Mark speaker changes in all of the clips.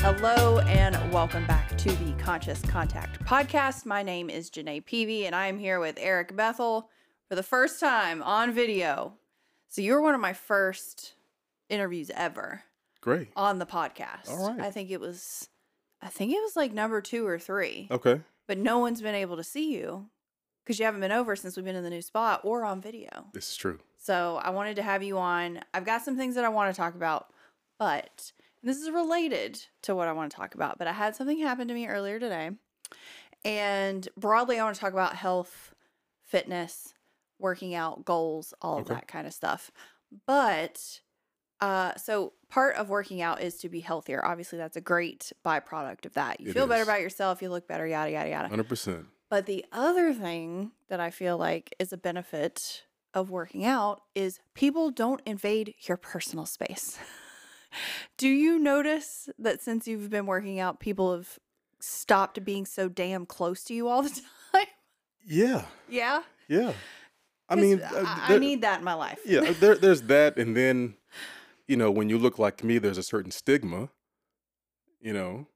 Speaker 1: Hello and welcome back to the Conscious Contact podcast. My name is Janae Peavy and I am here with Eric Bethel for the first time on video. So you were one of my first interviews ever
Speaker 2: Great.
Speaker 1: on the podcast.
Speaker 2: All right.
Speaker 1: I think it was I think it was like number 2 or 3.
Speaker 2: Okay.
Speaker 1: But no one's been able to see you cuz you haven't been over since we've been in the new spot or on video.
Speaker 2: This is true.
Speaker 1: So I wanted to have you on. I've got some things that I want to talk about, but and this is related to what I want to talk about. But I had something happen to me earlier today. And broadly, I want to talk about health, fitness, working out, goals, all of
Speaker 2: Okay.
Speaker 1: that kind of stuff. But uh, so part of working out is to be healthier. Obviously, that's a great byproduct of that. You
Speaker 2: It
Speaker 1: feel better
Speaker 2: is.
Speaker 1: about yourself, you look better, yada, yada, yada.
Speaker 2: 100%.
Speaker 1: But the other thing that I feel like is a benefit of working out is people don't invade your personal space. Do you notice that since you've been working out, people have stopped being so damn close to you all the time?
Speaker 2: Yeah.
Speaker 1: yeah.
Speaker 2: Yeah. I
Speaker 1: 'Cause
Speaker 2: mean, uh,
Speaker 1: I, I
Speaker 2: there-
Speaker 1: need that in my life.
Speaker 2: yeah, there, there's that. And then, you know, when you look like me, there's a certain stigma, you know.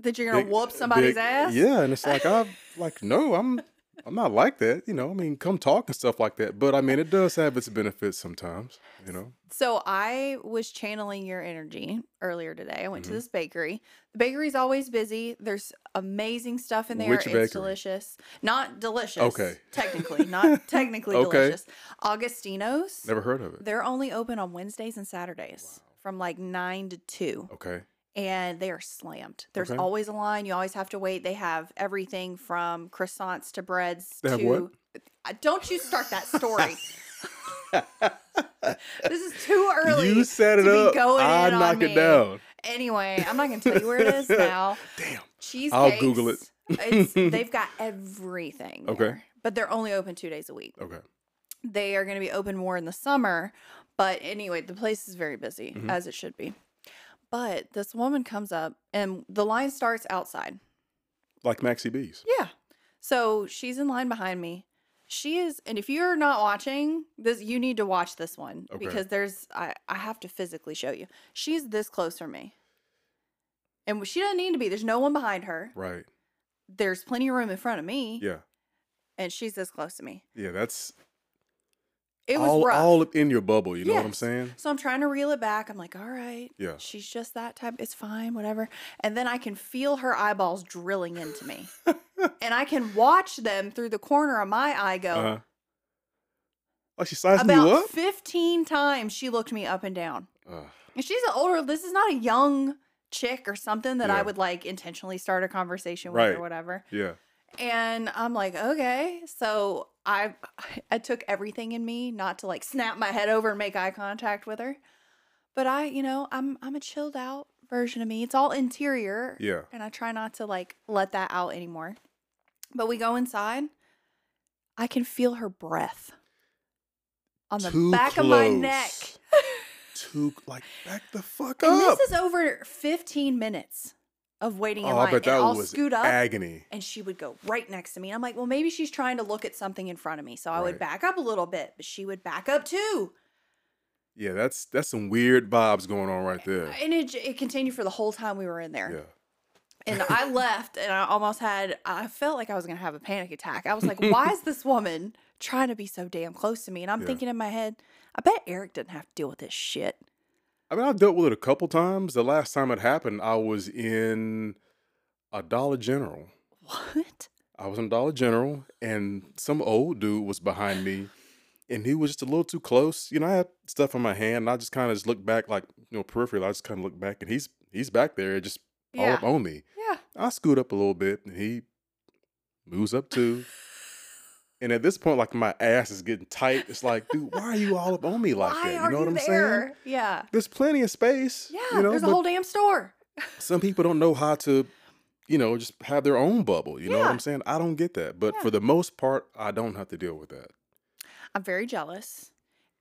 Speaker 1: that you're going to
Speaker 2: big- uh,
Speaker 1: whoop somebody's
Speaker 2: big-
Speaker 1: ass?
Speaker 2: Yeah. And it's like, I'm like, no, I'm. I'm not like that, you know. I mean, come talk and stuff like that. But I mean, it does have its benefits sometimes, you know.
Speaker 1: So I was channeling your energy earlier today. I went
Speaker 2: Mhm.
Speaker 1: to this bakery. The bakery's always busy. There's amazing stuff in there.
Speaker 2: Which
Speaker 1: it's
Speaker 2: bakery?
Speaker 1: delicious. Not delicious.
Speaker 2: Okay.
Speaker 1: Technically, not technically
Speaker 2: Okay.
Speaker 1: delicious. Augustino's.
Speaker 2: Never heard of it.
Speaker 1: They're only open on Wednesdays and Saturdays from like 9 to 2
Speaker 2: Okay.
Speaker 1: and they are slammed. There's
Speaker 2: Okay.
Speaker 1: always a line. You always have to wait. They have everything from croissants to breads
Speaker 2: They have
Speaker 1: to
Speaker 2: what?
Speaker 1: Uh, Don't you start that story. this is too early.
Speaker 2: you set it
Speaker 1: to be
Speaker 2: up.
Speaker 1: going
Speaker 2: I
Speaker 1: in on
Speaker 2: knock
Speaker 1: me.
Speaker 2: it down.
Speaker 1: Anyway, I'm not going to tell you where it is now.
Speaker 2: Damn.
Speaker 1: Cheesecakes.
Speaker 2: I'll Google it.
Speaker 1: it's, they've got everything.
Speaker 2: Okay.
Speaker 1: there, But they're only open two days a week.
Speaker 2: Okay.
Speaker 1: They are going to be open more in the summer. But anyway, the place is very busy,
Speaker 2: Mhm.
Speaker 1: as it should be. But this woman comes up, and the line starts outside.
Speaker 2: Like Maxi B's.
Speaker 1: Yeah. So she's in line behind me. She is, and if you're not watching this, you need to watch this one
Speaker 2: Okay.
Speaker 1: because there's, I, I have to physically show you. She's this close from me. And she doesn't need to be. There's no one behind her.
Speaker 2: Right.
Speaker 1: There's plenty of room in front of me.
Speaker 2: Yeah.
Speaker 1: And she's this close to me.
Speaker 2: Yeah. That's
Speaker 1: It was
Speaker 2: all,
Speaker 1: rough.
Speaker 2: all up in your bubble. You know what I'm
Speaker 1: Yes.
Speaker 2: saying?
Speaker 1: so I'm trying to reel it back. I'm like, all right.
Speaker 2: Yeah.
Speaker 1: She's just that type. It's fine, whatever. And then I can feel her eyeballs drilling into me. and I can watch them through the corner of my eye go,
Speaker 2: Uh-huh. Oh, she's sizing you
Speaker 1: About
Speaker 2: up.
Speaker 1: 15 times she looked me up and down.
Speaker 2: Ugh.
Speaker 1: And she's an older, this is not a young chick or something that I
Speaker 2: Yeah.
Speaker 1: would like intentionally start a conversation with
Speaker 2: Right.
Speaker 1: or whatever.
Speaker 2: yeah.
Speaker 1: And I'm like, okay. So I I took everything in me not to like snap my head over and make eye contact with her. But I, you know, I'm I'm a chilled out version of me. It's all interior.
Speaker 2: Yeah.
Speaker 1: And I try not to like let that out anymore. But we go inside. I can feel her breath on the
Speaker 2: Too
Speaker 1: back of my neck.
Speaker 2: close. Too like back the fuck
Speaker 1: And
Speaker 2: up.
Speaker 1: this is over 15 minutes of waiting in
Speaker 2: oh,
Speaker 1: line.
Speaker 2: I bet
Speaker 1: and
Speaker 2: that
Speaker 1: I'll
Speaker 2: was
Speaker 1: scoot up
Speaker 2: agony.
Speaker 1: and she would go right next to me. And I'm like, well, maybe she's trying to look at something in front of me. So I would
Speaker 2: Right.
Speaker 1: back up a little bit, but she would back up too.
Speaker 2: Yeah, that's that's some weird vibes going on right there.
Speaker 1: And it, j- it continued for the whole time we were in there.
Speaker 2: Yeah.
Speaker 1: And I left and I almost had, I felt like I was going to have a panic attack. I was like, why is this woman trying to be so damn close to me? And I'm
Speaker 2: Yeah.
Speaker 1: thinking in my head, I bet Eric doesn't have to deal with this shit.
Speaker 2: I mean, I've dealt with it a couple times. The last time it happened, I was in a Dollar General.
Speaker 1: What?
Speaker 2: I was in Dollar General, and some old dude was behind me, and he was just a little too close. You know, I had stuff in my hand, and I just kind of just looked back, like you know, peripheral. I just kind of looked back, and he's he's back there, just all
Speaker 1: Yeah.
Speaker 2: up on me.
Speaker 1: Yeah.
Speaker 2: I scoot up a little bit, and he moves up too. and at this point, like my ass is getting tight. It's like, dude, why are you all up on me like
Speaker 1: why
Speaker 2: that?
Speaker 1: are
Speaker 2: You know
Speaker 1: you
Speaker 2: what I'm saying?
Speaker 1: there? Yeah.
Speaker 2: There's plenty of space.
Speaker 1: Yeah.
Speaker 2: you know,
Speaker 1: there's a
Speaker 2: but-
Speaker 1: whole damn store.
Speaker 2: some people don't know how to you know just have their own bubble you know what
Speaker 1: Yeah.
Speaker 2: i'm saying i don't get that but
Speaker 1: Yeah.
Speaker 2: for the most part i don't have to deal with that
Speaker 1: I'm very jealous.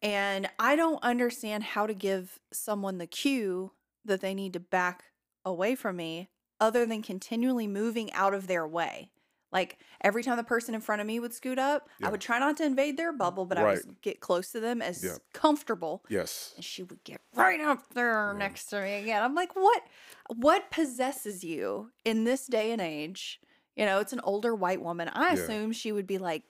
Speaker 1: And I don't understand how to give someone the cue that they need to back away from me other than continually moving out of their way. Like every time the person in front of me would scoot up,
Speaker 2: Yeah.
Speaker 1: I would try not to invade their bubble, but I would get close to them as
Speaker 2: Yeah.
Speaker 1: comfortable.
Speaker 2: Yes.
Speaker 1: And she would get right up there
Speaker 2: Yeah.
Speaker 1: next to me again. I'm like, what? What possesses you in this day and age? You know, it's an older white woman. I
Speaker 2: Yeah.
Speaker 1: assume she would be like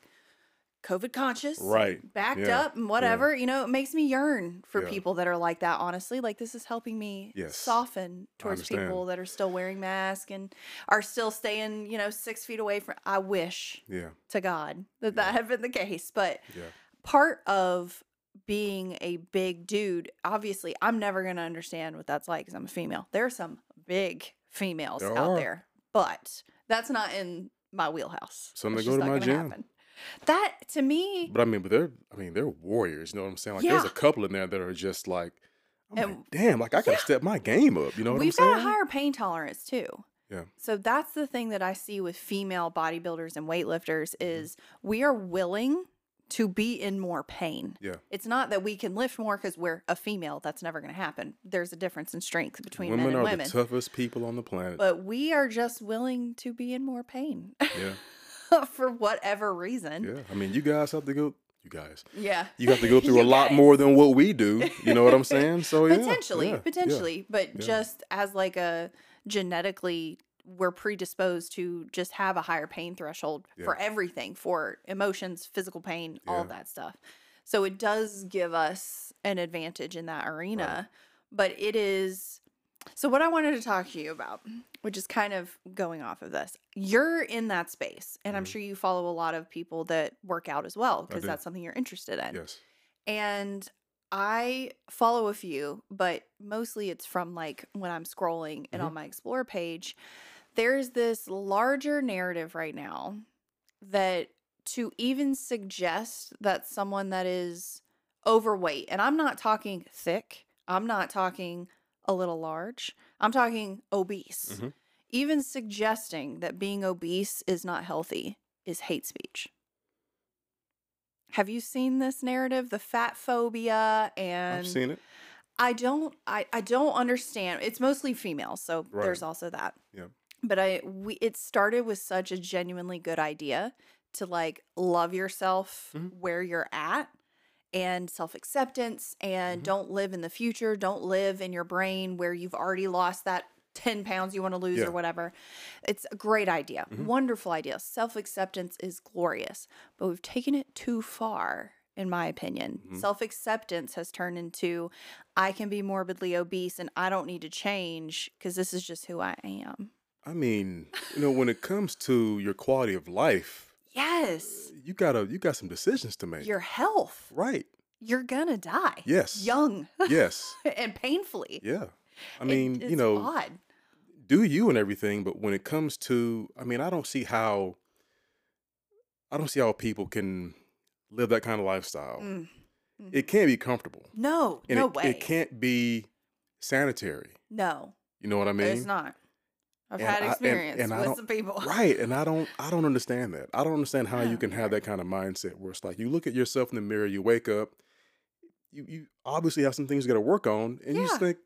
Speaker 1: COVID conscious,
Speaker 2: Right.
Speaker 1: Backed
Speaker 2: Yeah.
Speaker 1: up and whatever. You know, it makes me yearn for
Speaker 2: Yeah.
Speaker 1: people that are like that. Honestly, like this is helping me
Speaker 2: Yes.
Speaker 1: soften towards
Speaker 2: understand.
Speaker 1: people that are still wearing masks and are still staying, you know, six feet away from. I wish
Speaker 2: Yeah.
Speaker 1: to God that that had been the case, but
Speaker 2: Yeah.
Speaker 1: part of being a big dude, obviously, I'm never going to understand what that's like because I'm a female. There are some big females
Speaker 2: There
Speaker 1: out
Speaker 2: are.
Speaker 1: there, but that's not in my wheelhouse.
Speaker 2: Some
Speaker 1: That's
Speaker 2: that go
Speaker 1: just
Speaker 2: to
Speaker 1: not
Speaker 2: my
Speaker 1: gonna
Speaker 2: gym.
Speaker 1: That to me,
Speaker 2: But I mean, but they're I mean, they're warriors, you know what I'm saying? Like there's
Speaker 1: Yeah.
Speaker 2: a couple in there that are just like I'm
Speaker 1: And-
Speaker 2: like, damn, like I gotta step my game up, you know what
Speaker 1: we've
Speaker 2: I'm saying?
Speaker 1: got a higher pain tolerance too.
Speaker 2: Yeah.
Speaker 1: So that's the thing that I see with female bodybuilders and weightlifters
Speaker 2: Mm-hmm.
Speaker 1: is we are willing to be in more pain.
Speaker 2: Yeah.
Speaker 1: It's not that we can lift more because we're a female. That's never going to happen. There's a difference in strength between
Speaker 2: women
Speaker 1: men and
Speaker 2: are
Speaker 1: women.
Speaker 2: the toughest people on the planet.
Speaker 1: but we are just willing to be in more pain
Speaker 2: yeah.
Speaker 1: for whatever reason.
Speaker 2: Yeah. I mean, you guys have to go you guys.
Speaker 1: Yeah.
Speaker 2: You have to go through a
Speaker 1: You
Speaker 2: lot
Speaker 1: guys.
Speaker 2: more than what we do. You know what I'm saying? So Oh, yeah.
Speaker 1: potentially,
Speaker 2: yeah, yeah.
Speaker 1: potentially, but
Speaker 2: yeah.
Speaker 1: just as like a genetically, we're predisposed to just have a higher pain threshold
Speaker 2: Yeah.
Speaker 1: for everything, for emotions, physical pain, all of
Speaker 2: Yeah.
Speaker 1: that stuff. So it does give us an advantage in that arena, but it is. So what I wanted to talk to you about, which is kind of going off of this, you're in that space, and I'm
Speaker 2: Mhm.
Speaker 1: sure you follow a lot of people that work out as well
Speaker 2: I
Speaker 1: because
Speaker 2: do.
Speaker 1: that's something you're interested in
Speaker 2: Yes.
Speaker 1: and I follow a few, but mostly it's from like when I'm scrolling and on my explore page. There's this larger narrative right now that to even suggest that someone that is overweight, and I'm not talking thick, I'm not talking a little large, I'm talking obese.
Speaker 2: Mhm.
Speaker 1: Even suggesting that being obese is not healthy is hate speech. Have you seen this narrative, the fat phobia, and
Speaker 2: I've seen it.
Speaker 1: I don't, I, I don't understand. It's mostly females, so
Speaker 2: Right.
Speaker 1: there's also that.
Speaker 2: Yep.
Speaker 1: But I, we, it started with such a genuinely good idea to like love yourself
Speaker 2: Mhm.
Speaker 1: where you're at and self acceptance, and
Speaker 2: Mhm.
Speaker 1: don't live in the future. Don't live in your brain where you've already lost that. 10 pounds you want to lose
Speaker 2: Yeah.
Speaker 1: or whatever. It's a great idea.
Speaker 2: Mhm.
Speaker 1: Wonderful idea. Self acceptance is glorious but we've taken it too far in my opinion
Speaker 2: Mhm.
Speaker 1: self-acceptance has turned into i can be morbidly obese and i don't need to change because this is just who i am
Speaker 2: I mean, you know, when it comes to your quality of life,
Speaker 1: yes
Speaker 2: you gotta you got some decisions to make.
Speaker 1: your health
Speaker 2: right.
Speaker 1: you're gonna die
Speaker 2: Yes.
Speaker 1: young
Speaker 2: Yes.
Speaker 1: and painfully
Speaker 2: Yeah. I
Speaker 1: It-
Speaker 2: mean,
Speaker 1: it's
Speaker 2: you know,
Speaker 1: odd.
Speaker 2: do you and everything, but when it comes to, I mean, I don't see how, I don't see how people can live that kind of lifestyle.
Speaker 1: Mm.
Speaker 2: It can't be comfortable.
Speaker 1: no
Speaker 2: oh. And
Speaker 1: no
Speaker 2: it,
Speaker 1: way
Speaker 2: It can't be sanitary.
Speaker 1: no
Speaker 2: You know what I mean?
Speaker 1: it's not i've
Speaker 2: And I-
Speaker 1: had
Speaker 2: and-
Speaker 1: experience
Speaker 2: and I
Speaker 1: with
Speaker 2: don't-
Speaker 1: some people
Speaker 2: Right. And I don't I don't understand that. I don't understand how
Speaker 1: I
Speaker 2: you
Speaker 1: don't
Speaker 2: can have that kind of mindset where it's like you look at yourself in the mirror, you wake up, you, you obviously have some things you gotta work on, and you
Speaker 1: Yeah.
Speaker 2: just think,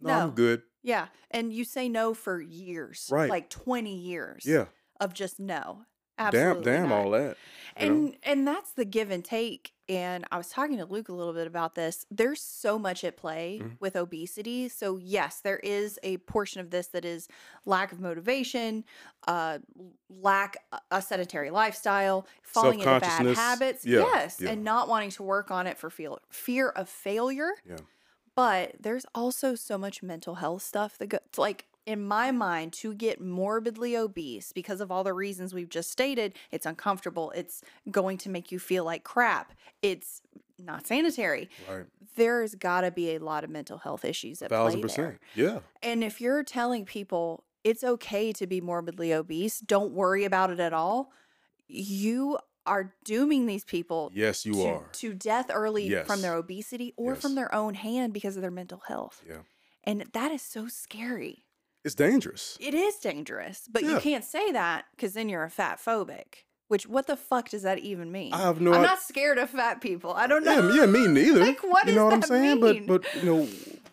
Speaker 2: no,
Speaker 1: No.
Speaker 2: I'm good.
Speaker 1: yeah and you say no for years
Speaker 2: Right.
Speaker 1: like 20 years
Speaker 2: Yeah.
Speaker 1: of just no
Speaker 2: Damn
Speaker 1: absolutely
Speaker 2: damn
Speaker 1: not.
Speaker 2: all that. you know?
Speaker 1: and and that's the give and take and i was talking to luke a little bit about this there's so much at play
Speaker 2: Mhm.
Speaker 1: with obesity so yes there is a portion of this that is lack of motivation uh l- lack a- a sedentary lifestyle falling into bad
Speaker 2: Self-consciousness.
Speaker 1: habits
Speaker 2: Yeah,
Speaker 1: yes
Speaker 2: yeah.
Speaker 1: and not wanting to work on it for fear fear of failure
Speaker 2: Yeah.
Speaker 1: but there's also so much mental health stuff that goes like in my mind to get morbidly obese because of all the reasons we've just stated it's uncomfortable it's going to make you feel like crap it's not sanitary
Speaker 2: Right.
Speaker 1: there's got to be a lot of mental health issues at play
Speaker 2: Thousand
Speaker 1: there.
Speaker 2: percent. Yeah.
Speaker 1: and if you're telling people it's okay to be morbidly obese don't worry about it at all you are dooming these people
Speaker 2: Yes, you
Speaker 1: to,
Speaker 2: are.
Speaker 1: to death early from
Speaker 2: Yes.
Speaker 1: their obesity or from
Speaker 2: Yes.
Speaker 1: their own hand because of their mental health.
Speaker 2: Yeah.
Speaker 1: And that is so scary.
Speaker 2: It's dangerous.
Speaker 1: It is dangerous, but you
Speaker 2: Yeah.
Speaker 1: can't say that because then you're a fat phobic. Which what the fuck does that even mean?
Speaker 2: I have no
Speaker 1: I'm
Speaker 2: idea.
Speaker 1: not scared of fat people. I don't know.
Speaker 2: Yeah, yeah, me neither.
Speaker 1: Like, what
Speaker 2: you
Speaker 1: does
Speaker 2: know what I'm
Speaker 1: that
Speaker 2: saying?
Speaker 1: mean?
Speaker 2: But but you know,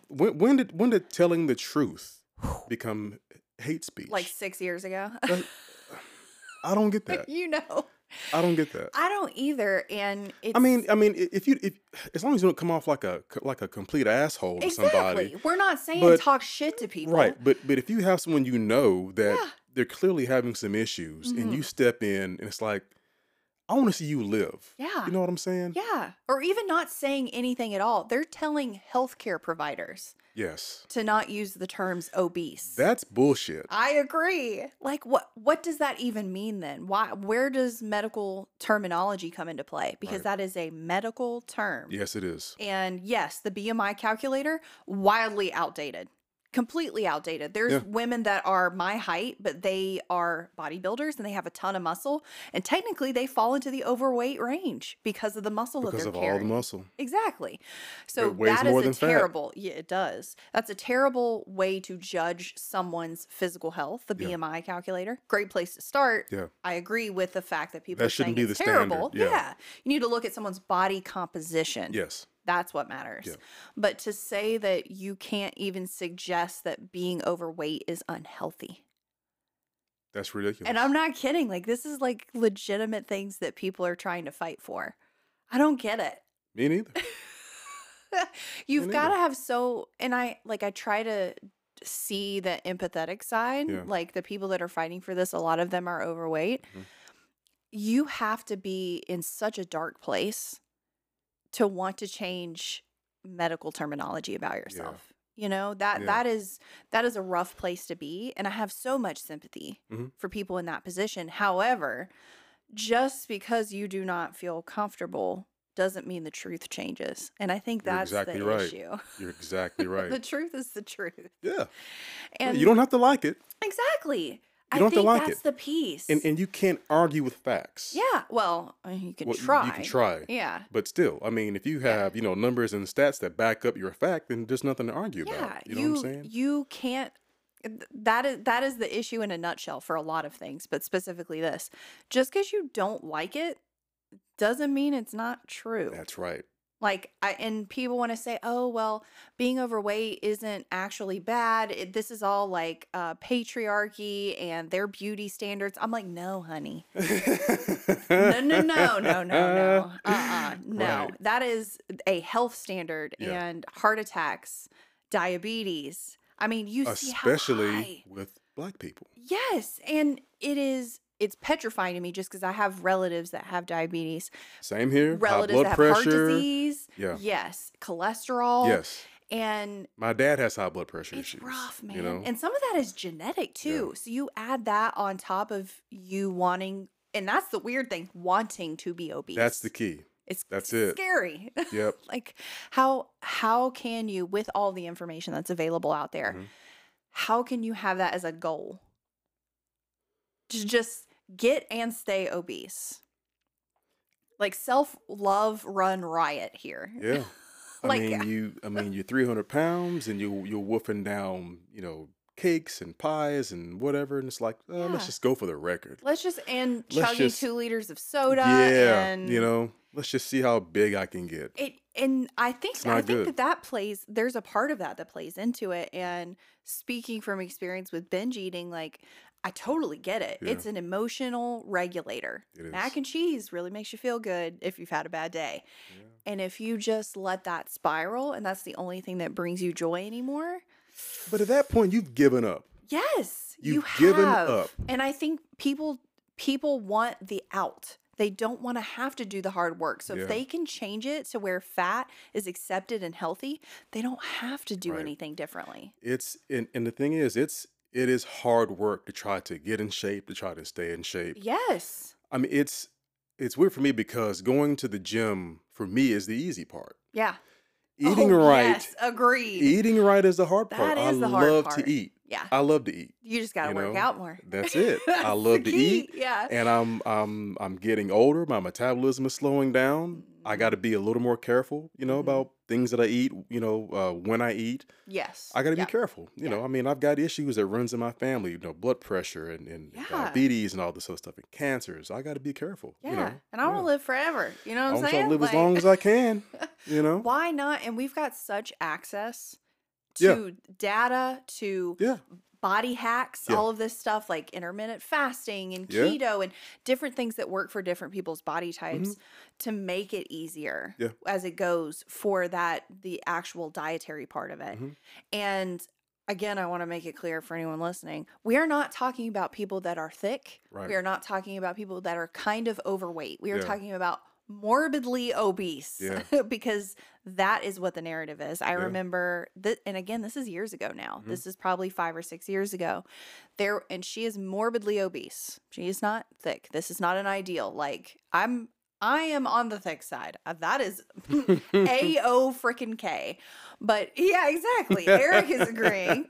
Speaker 2: when, when did when did telling the truth become hate speech?
Speaker 1: Like six years ago.
Speaker 2: That- I don't get that.
Speaker 1: you know.
Speaker 2: I don't get that.
Speaker 1: I don't either. And it's
Speaker 2: I mean, I mean, i- if you, if as long as you don't come off like a like a complete asshole to somebody,
Speaker 1: exactly. We're not saying
Speaker 2: But-
Speaker 1: talk shit to people.
Speaker 2: right? But but if you have someone you know that
Speaker 1: Yeah. Mm-hmm.
Speaker 2: they're clearly having some issues, and you step in, and it's like, I want to see you live.
Speaker 1: Yeah.
Speaker 2: you know what I'm saying?
Speaker 1: Yeah. Or even not saying anything at all. They're telling healthcare providers
Speaker 2: Yes,
Speaker 1: to not use the terms obese.
Speaker 2: that's bullshit.
Speaker 1: I agree. Like what what does that even mean then? Why where does medical terminology come into play? Because that is a medical term.
Speaker 2: yes, it is.
Speaker 1: And yes, the BMI calculator wildly outdated. Completely outdated. There's
Speaker 2: Yeah.
Speaker 1: women that are my height, but they are bodybuilders and they have a ton of muscle, and technically they fall into the overweight range because of the muscle
Speaker 2: Because
Speaker 1: that
Speaker 2: of
Speaker 1: they're carrying.
Speaker 2: all the muscle.
Speaker 1: Exactly. So
Speaker 2: weighs
Speaker 1: that is
Speaker 2: more
Speaker 1: a
Speaker 2: than fat.
Speaker 1: terrible. Yeah, it does. That's a terrible way to judge someone's physical health. The
Speaker 2: Yeah.
Speaker 1: BMI calculator, great place to start.
Speaker 2: Yeah.
Speaker 1: I agree with the fact that people
Speaker 2: That
Speaker 1: are saying
Speaker 2: shouldn't be
Speaker 1: it's
Speaker 2: the standard,
Speaker 1: terrible.
Speaker 2: yeah.
Speaker 1: you need to look at someone's body composition.
Speaker 2: Yes.
Speaker 1: That's what matters.
Speaker 2: Yeah.
Speaker 1: But to say that you can't even suggest that being overweight is unhealthy.
Speaker 2: That's ridiculous.
Speaker 1: And I'm not kidding. Like this is like legitimate things that people are trying to fight for. I don't get it.
Speaker 2: Me neither.
Speaker 1: You've
Speaker 2: Me
Speaker 1: got to
Speaker 2: neither.
Speaker 1: have so, and I like I try to see the empathetic side.
Speaker 2: Yeah.
Speaker 1: Like the people that are fighting for this, a lot of them are overweight.
Speaker 2: Mhm.
Speaker 1: You have to be in such a dark place to want to change medical terminology about yourself. You know that
Speaker 2: Yeah.
Speaker 1: that is that is a rough place to be, and I have so much sympathy
Speaker 2: Mhm.
Speaker 1: for people in that position. However, just because you do not feel comfortable doesn't mean the truth changes. And I think
Speaker 2: You're
Speaker 1: that's
Speaker 2: exactly
Speaker 1: the
Speaker 2: right.
Speaker 1: issue.
Speaker 2: You're exactly right.
Speaker 1: The truth is the truth.
Speaker 2: yeah.
Speaker 1: And
Speaker 2: you don't have to like it,
Speaker 1: exactly. I
Speaker 2: don't have to
Speaker 1: think
Speaker 2: like
Speaker 1: that's
Speaker 2: it.
Speaker 1: the piece.
Speaker 2: and and you can't argue with facts.
Speaker 1: yeah. Well, I mean, you can
Speaker 2: Well, you-
Speaker 1: try.
Speaker 2: You can try.
Speaker 1: Yeah.
Speaker 2: But still, I mean, if you have you know numbers and stats that back up your fact, then there's nothing to argue
Speaker 1: Yeah.
Speaker 2: about. You know what I'm saying?
Speaker 1: you can't th- that is that is the issue in a nutshell for a lot of things, but specifically this. Just because you don't like it doesn't mean it's not true.
Speaker 2: That's right.
Speaker 1: Like, I, and people want to say, oh, well, being overweight isn't actually bad. It, this is all like uh, patriarchy and their beauty standards. I'm like, no, honey. No, no, no, no, no, no. Uh uh No.
Speaker 2: Right.
Speaker 1: That is a health standard
Speaker 2: Yeah.
Speaker 1: and heart attacks, diabetes. I mean, you see how high-
Speaker 2: Especially with black people.
Speaker 1: Yes. And it is. It's petrifying to me just because I have relatives that have diabetes,
Speaker 2: Same here.
Speaker 1: relatives
Speaker 2: high
Speaker 1: that
Speaker 2: blood
Speaker 1: have heart
Speaker 2: pressure.
Speaker 1: disease.
Speaker 2: Yeah.
Speaker 1: Yes, cholesterol.
Speaker 2: Yes.
Speaker 1: And
Speaker 2: My dad has high blood pressure
Speaker 1: it's
Speaker 2: issues.
Speaker 1: rough, man.
Speaker 2: You know?
Speaker 1: And some of that is genetic too. So you add that on top of you wanting, and that's the weird thing, wanting to be obese.
Speaker 2: that's the key.
Speaker 1: it's
Speaker 2: that's it.
Speaker 1: Scary.
Speaker 2: Yep.
Speaker 1: like how how can you, with all the information that's available out there,
Speaker 2: Mhm.
Speaker 1: how can you have that as a goal? To just get and stay obese. Like self love run riot here.
Speaker 2: Yeah.
Speaker 1: Like-
Speaker 2: I mean, you. I mean, you're 300 pounds, and you you're woofing down, you know, cakes and pies and whatever, and it's like, uh,
Speaker 1: Yeah.
Speaker 2: let's just go for the record.
Speaker 1: Let's just and
Speaker 2: Let's
Speaker 1: chugging
Speaker 2: just-
Speaker 1: two liters of soda.
Speaker 2: yeah,
Speaker 1: and
Speaker 2: you know, let's just see how big I can get.
Speaker 1: it and i think
Speaker 2: It's
Speaker 1: i
Speaker 2: not
Speaker 1: think
Speaker 2: good.
Speaker 1: that that plays there's a part of that that plays into it and speaking from experience with binge eating like i totally get it
Speaker 2: Yeah.
Speaker 1: it's an emotional regulator
Speaker 2: It
Speaker 1: mac
Speaker 2: is.
Speaker 1: and cheese really makes you feel good if you've had a bad day and if you just let that spiral and that's the only thing that brings you joy anymore
Speaker 2: But at that point, you've given up.
Speaker 1: yes you
Speaker 2: You've
Speaker 1: have
Speaker 2: given up.
Speaker 1: and i think people people want the out they don't want to have to do the hard work. So
Speaker 2: Yeah.
Speaker 1: if they can change it to where fat is accepted and healthy, they don't have to do
Speaker 2: Right.
Speaker 1: anything differently.
Speaker 2: It's and, and the thing is, it's it is hard work to try to get in shape, to try to stay in shape.
Speaker 1: Yes.
Speaker 2: I mean, it's it's weird for me because going to the gym for me is the easy part.
Speaker 1: Yeah.
Speaker 2: Eating
Speaker 1: Oh,
Speaker 2: right,
Speaker 1: Yes, agreed.
Speaker 2: eating right is the hard
Speaker 1: That
Speaker 2: part. I
Speaker 1: is the hard
Speaker 2: love
Speaker 1: part.
Speaker 2: to eat.
Speaker 1: Yeah.
Speaker 2: I love to eat.
Speaker 1: You just got to
Speaker 2: you
Speaker 1: work
Speaker 2: know,
Speaker 1: out more.
Speaker 2: That's it. I
Speaker 1: That's the
Speaker 2: love to
Speaker 1: key,
Speaker 2: eat.
Speaker 1: Yeah.
Speaker 2: And I'm I'm I'm getting older. My metabolism is slowing down. I
Speaker 1: Mm-hmm.
Speaker 2: got to be a little more careful, you know,
Speaker 1: Mhm.
Speaker 2: about things that I eat. You know, uh, when I eat,
Speaker 1: yes.
Speaker 2: I got to
Speaker 1: yeah.
Speaker 2: be careful. You
Speaker 1: Yeah.
Speaker 2: know, I mean, I've got issues that runs in my family. You know, blood pressure and, and
Speaker 1: Yeah.
Speaker 2: diabetes and all this other stuff and cancers. I got to be careful.
Speaker 1: Yeah.
Speaker 2: You know,
Speaker 1: and I want
Speaker 2: yeah.
Speaker 1: to live forever. You know
Speaker 2: I
Speaker 1: what I'm
Speaker 2: want to
Speaker 1: saying?
Speaker 2: try to live
Speaker 1: like,
Speaker 2: as long as I can. You know.
Speaker 1: Why not? And we've got such access
Speaker 2: Yeah.
Speaker 1: to data, to
Speaker 2: Yeah.
Speaker 1: body hacks,
Speaker 2: Yeah.
Speaker 1: all of this stuff like intermittent fasting and
Speaker 2: Yeah.
Speaker 1: keto and different things that work for different people's body types to make it easier
Speaker 2: Mm-hmm. Yeah.
Speaker 1: as it goes for that the actual dietary part of it.
Speaker 2: Mhm.
Speaker 1: And again, I want to make it clear for anyone listening, we are not talking about people that are thick.
Speaker 2: Right.
Speaker 1: We are not talking about people that are kind of overweight. We are
Speaker 2: Yeah.
Speaker 1: talking about morbidly obese
Speaker 2: Yeah.
Speaker 1: because that is what the narrative is. I
Speaker 2: Yeah. Mm-hmm.
Speaker 1: remember that, and again, this is years ago now. This is probably five or six years ago. There, and she is morbidly obese. She is not thick. This is not an ideal. Like I'm, I am on the thick side. Uh, That is a o freaking k. But yeah, exactly. Eric is agreeing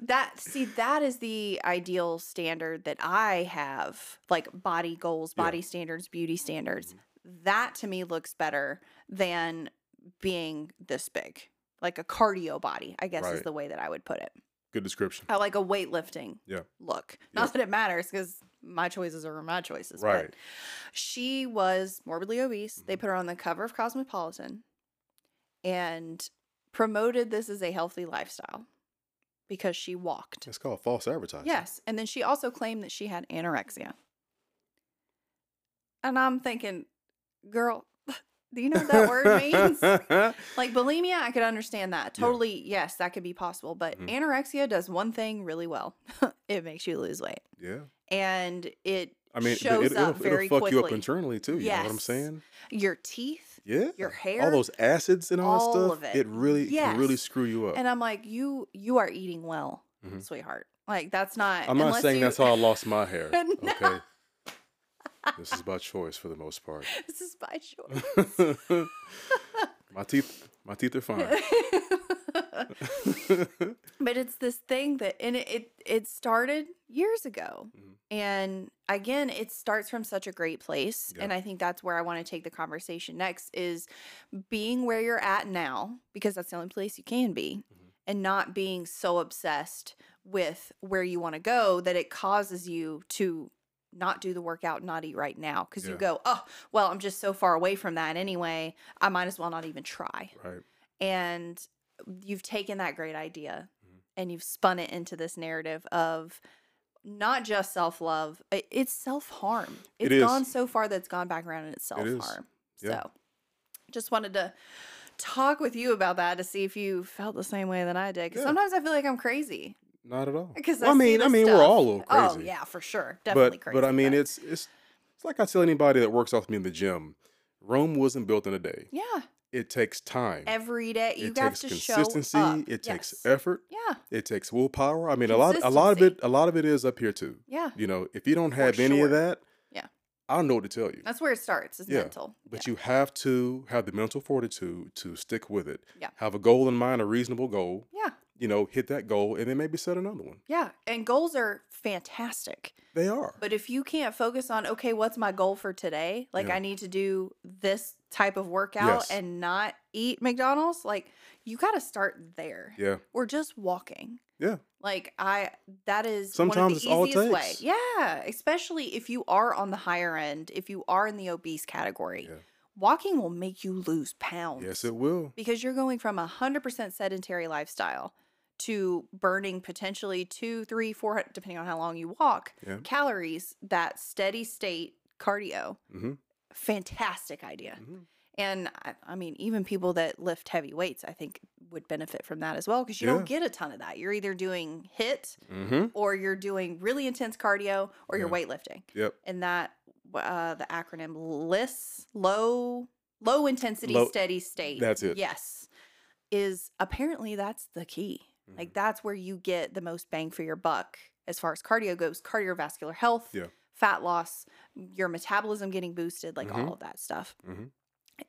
Speaker 1: that see that is the ideal standard that i have like body goals
Speaker 2: Yeah. Mm-hmm.
Speaker 1: body standards beauty standards that to me looks better than being this big like a cardio body i guess is
Speaker 2: Right.
Speaker 1: the way that i would put it
Speaker 2: Good description.
Speaker 1: i like a weightlifting
Speaker 2: Yeah.
Speaker 1: look
Speaker 2: Yeah.
Speaker 1: not that it matters because my choices are my choices but
Speaker 2: Right. Mm-hmm.
Speaker 1: she was morbidly obese. They put her on the cover of Cosmopolitan and promoted this as a healthy lifestyle because she walked.
Speaker 2: It's called false advertising.
Speaker 1: Yes. And then she also claimed that she had anorexia. And I'm thinking, girl, do you know what that word means? Like bulimia, I could understand that.
Speaker 2: Yeah.
Speaker 1: Totally, yes, that could be possible. But
Speaker 2: Mhm.
Speaker 1: anorexia does one thing really well it makes you lose weight.
Speaker 2: yeah. And
Speaker 1: And it
Speaker 2: I mean,
Speaker 1: shows
Speaker 2: it,
Speaker 1: up
Speaker 2: will
Speaker 1: very
Speaker 2: fuck you up
Speaker 1: quickly.
Speaker 2: internally too. You know what I'm
Speaker 1: Yes.
Speaker 2: saying?
Speaker 1: your teeth
Speaker 2: Yeah.
Speaker 1: your hair
Speaker 2: all those acids and all, that
Speaker 1: all
Speaker 2: stuff.
Speaker 1: of it.
Speaker 2: really can really
Speaker 1: Yes.
Speaker 2: screw you up.
Speaker 1: and i'm like you you are eating well
Speaker 2: Mhm.
Speaker 1: sweetheart like that's not
Speaker 2: I'm not
Speaker 1: unless
Speaker 2: saying
Speaker 1: you-
Speaker 2: that's how I lost my hair.
Speaker 1: No.
Speaker 2: Okay. this is by choice for the most part.
Speaker 1: this is by choice
Speaker 2: my teeth my teeth are fine.
Speaker 1: but it's this thing that and it it, it started years ago
Speaker 2: Mhm.
Speaker 1: and again it starts from such a great place
Speaker 2: Yeah.
Speaker 1: and i think that's where i want to take the conversation next is being where you're at now because that's the only place you can be
Speaker 2: Mhm.
Speaker 1: and not being so obsessed with where you want to go that it causes you to not do the workout, not eat right now because you
Speaker 2: Yeah.
Speaker 1: go, oh, well, I'm just so far away from that anyway. I might as well not even try.
Speaker 2: right.
Speaker 1: And you've taken that great idea
Speaker 2: Mhm.
Speaker 1: and you've spun it into this narrative of not just self love, it's self harm.
Speaker 2: It
Speaker 1: It's
Speaker 2: is.
Speaker 1: gone so far that it's gone back around and it's self
Speaker 2: is.
Speaker 1: harm.
Speaker 2: Yeah.
Speaker 1: So just wanted to talk with you about that to see if you felt the same way that I did. Because
Speaker 2: Yeah.
Speaker 1: sometimes I feel like I'm crazy.
Speaker 2: Not at all.
Speaker 1: Because
Speaker 2: Well, I mean, I mean, we're all a little crazy.
Speaker 1: Oh yeah, for sure, definitely
Speaker 2: but
Speaker 1: crazy.
Speaker 2: but I mean, it's it's it's like I tell anybody that works off me in the gym. Rome wasn't built in a day.
Speaker 1: yeah,
Speaker 2: It takes time.
Speaker 1: every day you
Speaker 2: it
Speaker 1: have
Speaker 2: takes
Speaker 1: to
Speaker 2: consistency.
Speaker 1: show up.
Speaker 2: It takes
Speaker 1: Yes.
Speaker 2: effort.
Speaker 1: yeah,
Speaker 2: It takes willpower. I mean, a lot a lot of it
Speaker 1: Consistency.
Speaker 2: a lot of it is up here too.
Speaker 1: yeah.
Speaker 2: You know, if you don't have any
Speaker 1: sure.
Speaker 2: of that,
Speaker 1: Yeah. Uh,
Speaker 2: I don't know what to tell you.
Speaker 1: That's where it starts. Is
Speaker 2: Yeah,
Speaker 1: mental.
Speaker 2: But you have to have the mental fortitude to stick with it.
Speaker 1: Yeah.
Speaker 2: Have a goal in mind, a reasonable goal.
Speaker 1: yeah,
Speaker 2: You know, hit that goal, and then maybe set another one.
Speaker 1: yeah, yeah. And goals are fantastic.
Speaker 2: They are.
Speaker 1: But if you can't focus on, okay, what's my goal for today? Like,
Speaker 2: Yeah.
Speaker 1: I need to do this type of workout
Speaker 2: Yes.
Speaker 1: and not eat McDonald's. Like, you got to start there
Speaker 2: yeah.
Speaker 1: or just walking.
Speaker 2: Yeah.
Speaker 1: Like I that is one
Speaker 2: Sometimes
Speaker 1: of the
Speaker 2: it's
Speaker 1: easiest
Speaker 2: all it
Speaker 1: way.
Speaker 2: takes.
Speaker 1: Yeah, especially if you are on the higher end, if you are in the obese category.
Speaker 2: Yeah.
Speaker 1: Walking will make you lose pounds.
Speaker 2: Yes, it will.
Speaker 1: because you're going from a hundred percent sedentary lifestyle to burning potentially two, three, four, hun- depending on how long you walk,
Speaker 2: Yeah.
Speaker 1: calories, that steady state cardio.
Speaker 2: Mm-hmm.
Speaker 1: Fantastic idea.
Speaker 2: hmm
Speaker 1: And I, I mean, even people that lift heavy weights, I think would benefit from that as well because you don't get a ton of that. You're either doing hit
Speaker 2: Mm-hmm.
Speaker 1: or you're doing really intense cardio or you're
Speaker 2: Yeah.
Speaker 1: weightlifting.
Speaker 2: Yep.
Speaker 1: And that uh, the acronym LIS, low low intensity
Speaker 2: Low-
Speaker 1: steady state.
Speaker 2: that's it.
Speaker 1: Yes, is apparently that's the key.
Speaker 2: Mm-hmm.
Speaker 1: Like that's where you get the most bang for your buck as far as cardio goes, cardiovascular health,
Speaker 2: Yeah.
Speaker 1: fat loss, your metabolism getting boosted, like
Speaker 2: Mhm.
Speaker 1: all of that stuff
Speaker 2: Mhm.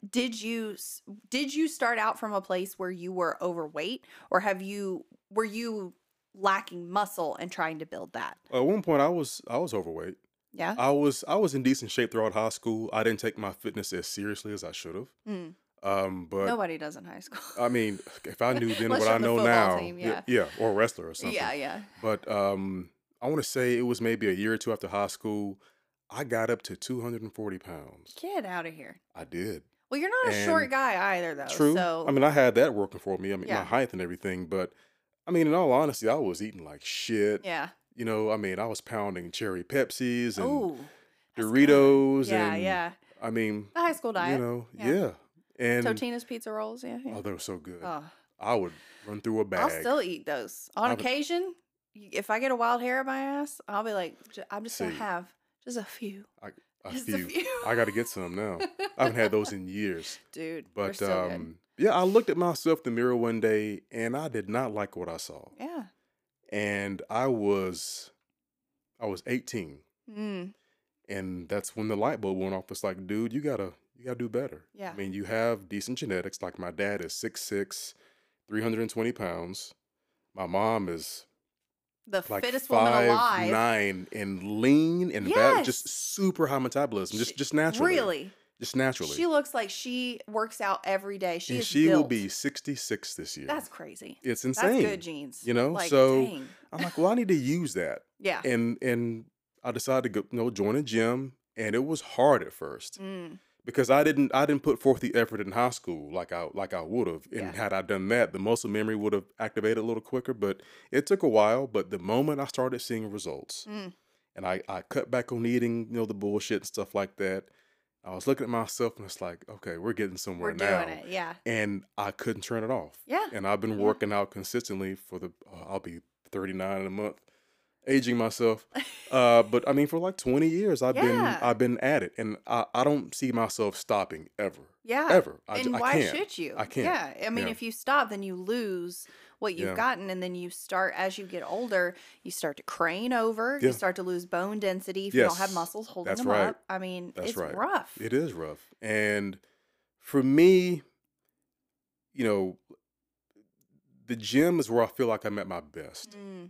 Speaker 1: did you s- did you start out from a place where you were overweight or have you were you lacking muscle and trying to build that
Speaker 2: At one point, I was I was overweight.
Speaker 1: yeah
Speaker 2: I was I was in decent shape throughout high school. I didn't take my fitness as seriously as I should have.
Speaker 1: Mm.
Speaker 2: Um, but
Speaker 1: nobody does in high school
Speaker 2: I mean, if I knew then
Speaker 1: Unless
Speaker 2: what
Speaker 1: you're
Speaker 2: I
Speaker 1: on the
Speaker 2: know
Speaker 1: football
Speaker 2: now,
Speaker 1: team,
Speaker 2: y-
Speaker 1: yeah.
Speaker 2: yeah, or a wrestler or something.
Speaker 1: yeah yeah
Speaker 2: But um, I want to say it was maybe a year or two after high school. I got up to 240 pounds.
Speaker 1: get out of here
Speaker 2: I did.
Speaker 1: well you're not a short
Speaker 2: And-
Speaker 1: guy either though
Speaker 2: True.
Speaker 1: Oh, so
Speaker 2: I mean, I had that working for me. I mean,
Speaker 1: Yeah.
Speaker 2: my height and everything, but I mean, in all honesty, I was eating like shit.
Speaker 1: Yeah.
Speaker 2: You know, I mean, I was pounding cherry Pepsis and
Speaker 1: Oh.
Speaker 2: Doritos.
Speaker 1: Yeah,
Speaker 2: and,
Speaker 1: yeah.
Speaker 2: I mean,
Speaker 1: The high school
Speaker 2: you
Speaker 1: diet.
Speaker 2: know,
Speaker 1: Yeah.
Speaker 2: yeah. And
Speaker 1: Totina's pizza rolls. Yeah. yeah.
Speaker 2: oh, they were so good.
Speaker 1: Oh,
Speaker 2: I would run through a bag.
Speaker 1: I'll still eat those on
Speaker 2: I would-
Speaker 1: occasion. y- If I get a wild hair up my ass, I'll be like, "J- I'm just gonna
Speaker 2: See.
Speaker 1: have just a few,
Speaker 2: a
Speaker 1: just
Speaker 2: few. I got to get some now. I haven't had those in years.
Speaker 1: Dude, they're
Speaker 2: But
Speaker 1: still good.
Speaker 2: um, yeah, I looked at myself in the mirror one day and I did not like what I saw.
Speaker 1: yeah.
Speaker 2: And I was, I was 18,
Speaker 1: Mm,
Speaker 2: and that's when the light bulb went off. It's like, dude, you gotta, you gotta do better.
Speaker 1: Yeah.
Speaker 2: I mean, you have decent genetics. Like my dad is 6'6", 320 pounds. My mom is
Speaker 1: the
Speaker 2: like
Speaker 1: fittest woman
Speaker 2: five
Speaker 1: alive.
Speaker 2: nine and lean and fat, just
Speaker 1: Yes.
Speaker 2: super high metabolism,
Speaker 1: She-
Speaker 2: just just naturally,
Speaker 1: Really,
Speaker 2: just naturally.
Speaker 1: she looks like she works out every day. She
Speaker 2: and
Speaker 1: is
Speaker 2: she will
Speaker 1: built.
Speaker 2: be 66 this year.
Speaker 1: That's crazy.
Speaker 2: it's insane.
Speaker 1: That's good genes.
Speaker 2: you know,
Speaker 1: Like,
Speaker 2: so-
Speaker 1: dang.
Speaker 2: I'm like, well, I need to use that,
Speaker 1: yeah.
Speaker 2: and and I decided to go, you know, join a gym, and it was hard at first
Speaker 1: Mm,
Speaker 2: because I didn't I didn't put forth the effort in high school like I like I would have, and
Speaker 1: Yeah.
Speaker 2: had I done that, the muscle memory would have activated a little quicker. But it took a while. But the moment I started seeing results,
Speaker 1: mm.
Speaker 2: and I, I cut back on eating, you know, the bullshit and stuff like that. I was looking at myself and it's like, okay, we're getting somewhere
Speaker 1: We're doing
Speaker 2: now.
Speaker 1: it. Yeah.
Speaker 2: And I couldn't turn it off.
Speaker 1: Yeah.
Speaker 2: And I've been
Speaker 1: Yeah.
Speaker 2: working out consistently for the, oh, I'll be 39 in a month, aging myself. Uh, but I mean, for like 20 years, I've been,
Speaker 1: Yeah.
Speaker 2: I've been at it and I, I don't see myself stopping ever,
Speaker 1: Yeah.
Speaker 2: ever. I, j-
Speaker 1: and
Speaker 2: I
Speaker 1: why
Speaker 2: can't.
Speaker 1: should you?
Speaker 2: I can't.
Speaker 1: Yeah. I mean,
Speaker 2: Yeah.
Speaker 1: if you stop, then you lose what you've
Speaker 2: Yeah.
Speaker 1: gotten. And then you start, as you get older, you start to crane over. You
Speaker 2: Yeah.
Speaker 1: start to lose bone density if you don't have
Speaker 2: Yes,
Speaker 1: muscles holding
Speaker 2: that's
Speaker 1: them
Speaker 2: right.
Speaker 1: up. I mean,
Speaker 2: That's
Speaker 1: it's
Speaker 2: right.
Speaker 1: rough.
Speaker 2: It is rough. And for me, you know, the gym is where I feel like I'm at my best.
Speaker 1: Mm,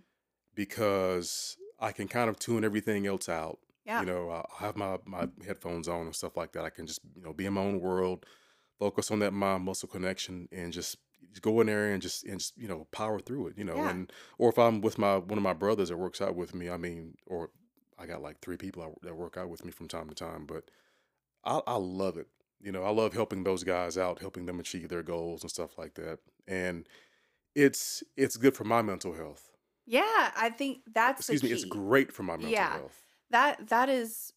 Speaker 2: because I can kind of tune everything else out.
Speaker 1: yeah. Mm-hmm.
Speaker 2: You know, I I have my my headphones on and stuff like that. I can just you know be in my own world, focus on that mind muscle connection, and just go in there and just and just, you know power through it. You know,
Speaker 1: Yeah.
Speaker 2: and or if I'm with my one of my brothers that works out with me, I mean, or I got like three people I- that work out with me from time to time, but I, I love it. You know, I love helping those guys out, helping them achieve their goals and stuff like that. And it's it's good for my mental health
Speaker 1: yeah. I think that's the
Speaker 2: excuse me, it's
Speaker 1: key.
Speaker 2: great for my mental
Speaker 1: Yeah.
Speaker 2: health.
Speaker 1: that that is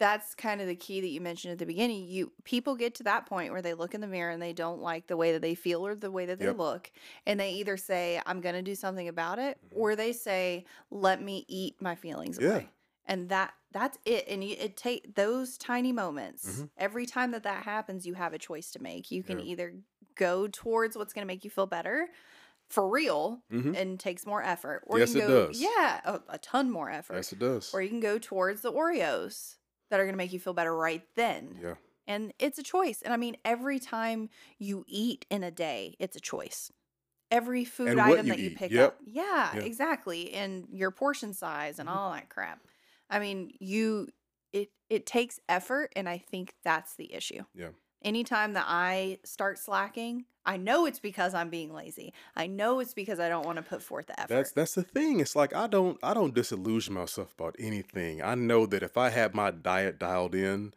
Speaker 1: that's kind of the key that you mentioned at the beginning you people get to that point where they look in the mirror and they don't like the way that they feel or the way that they
Speaker 2: Yep.
Speaker 1: look and they either say i'm going to do something about it
Speaker 2: Mhm.
Speaker 1: or they say let me eat my feelings
Speaker 2: Yeah.
Speaker 1: away and that that's it and you, it take those tiny moments
Speaker 2: Mhm.
Speaker 1: every time that that happens you have a choice to make you can
Speaker 2: Yeah.
Speaker 1: either go towards what's going to make you feel better for real
Speaker 2: Mhm.
Speaker 1: and takes more effort or
Speaker 2: Yes,
Speaker 1: you can
Speaker 2: it
Speaker 1: go
Speaker 2: does.
Speaker 1: yeah a, a ton more effort
Speaker 2: Yes, it does.
Speaker 1: or you can go towards the Oreos that are going to make you feel better right then.
Speaker 2: Yeah,
Speaker 1: And it's a choice. And I mean, every time you eat in a day, it's a choice. Every food
Speaker 2: And what
Speaker 1: item
Speaker 2: you
Speaker 1: that you
Speaker 2: eat,
Speaker 1: pick
Speaker 2: yep.
Speaker 1: up. Yeah,
Speaker 2: Yeah.
Speaker 1: exactly. And your portion size and
Speaker 2: Mhm.
Speaker 1: all that crap. I mean, you it it takes effort and I think that's the issue.
Speaker 2: Yeah.
Speaker 1: Anytime that I start slacking, I know it's because I'm being lazy. I know it's because I don't want to put forth the effort.
Speaker 2: that's that's the thing. It's like I don't I don't disillusion myself about anything. I know that if I had my diet dialed in,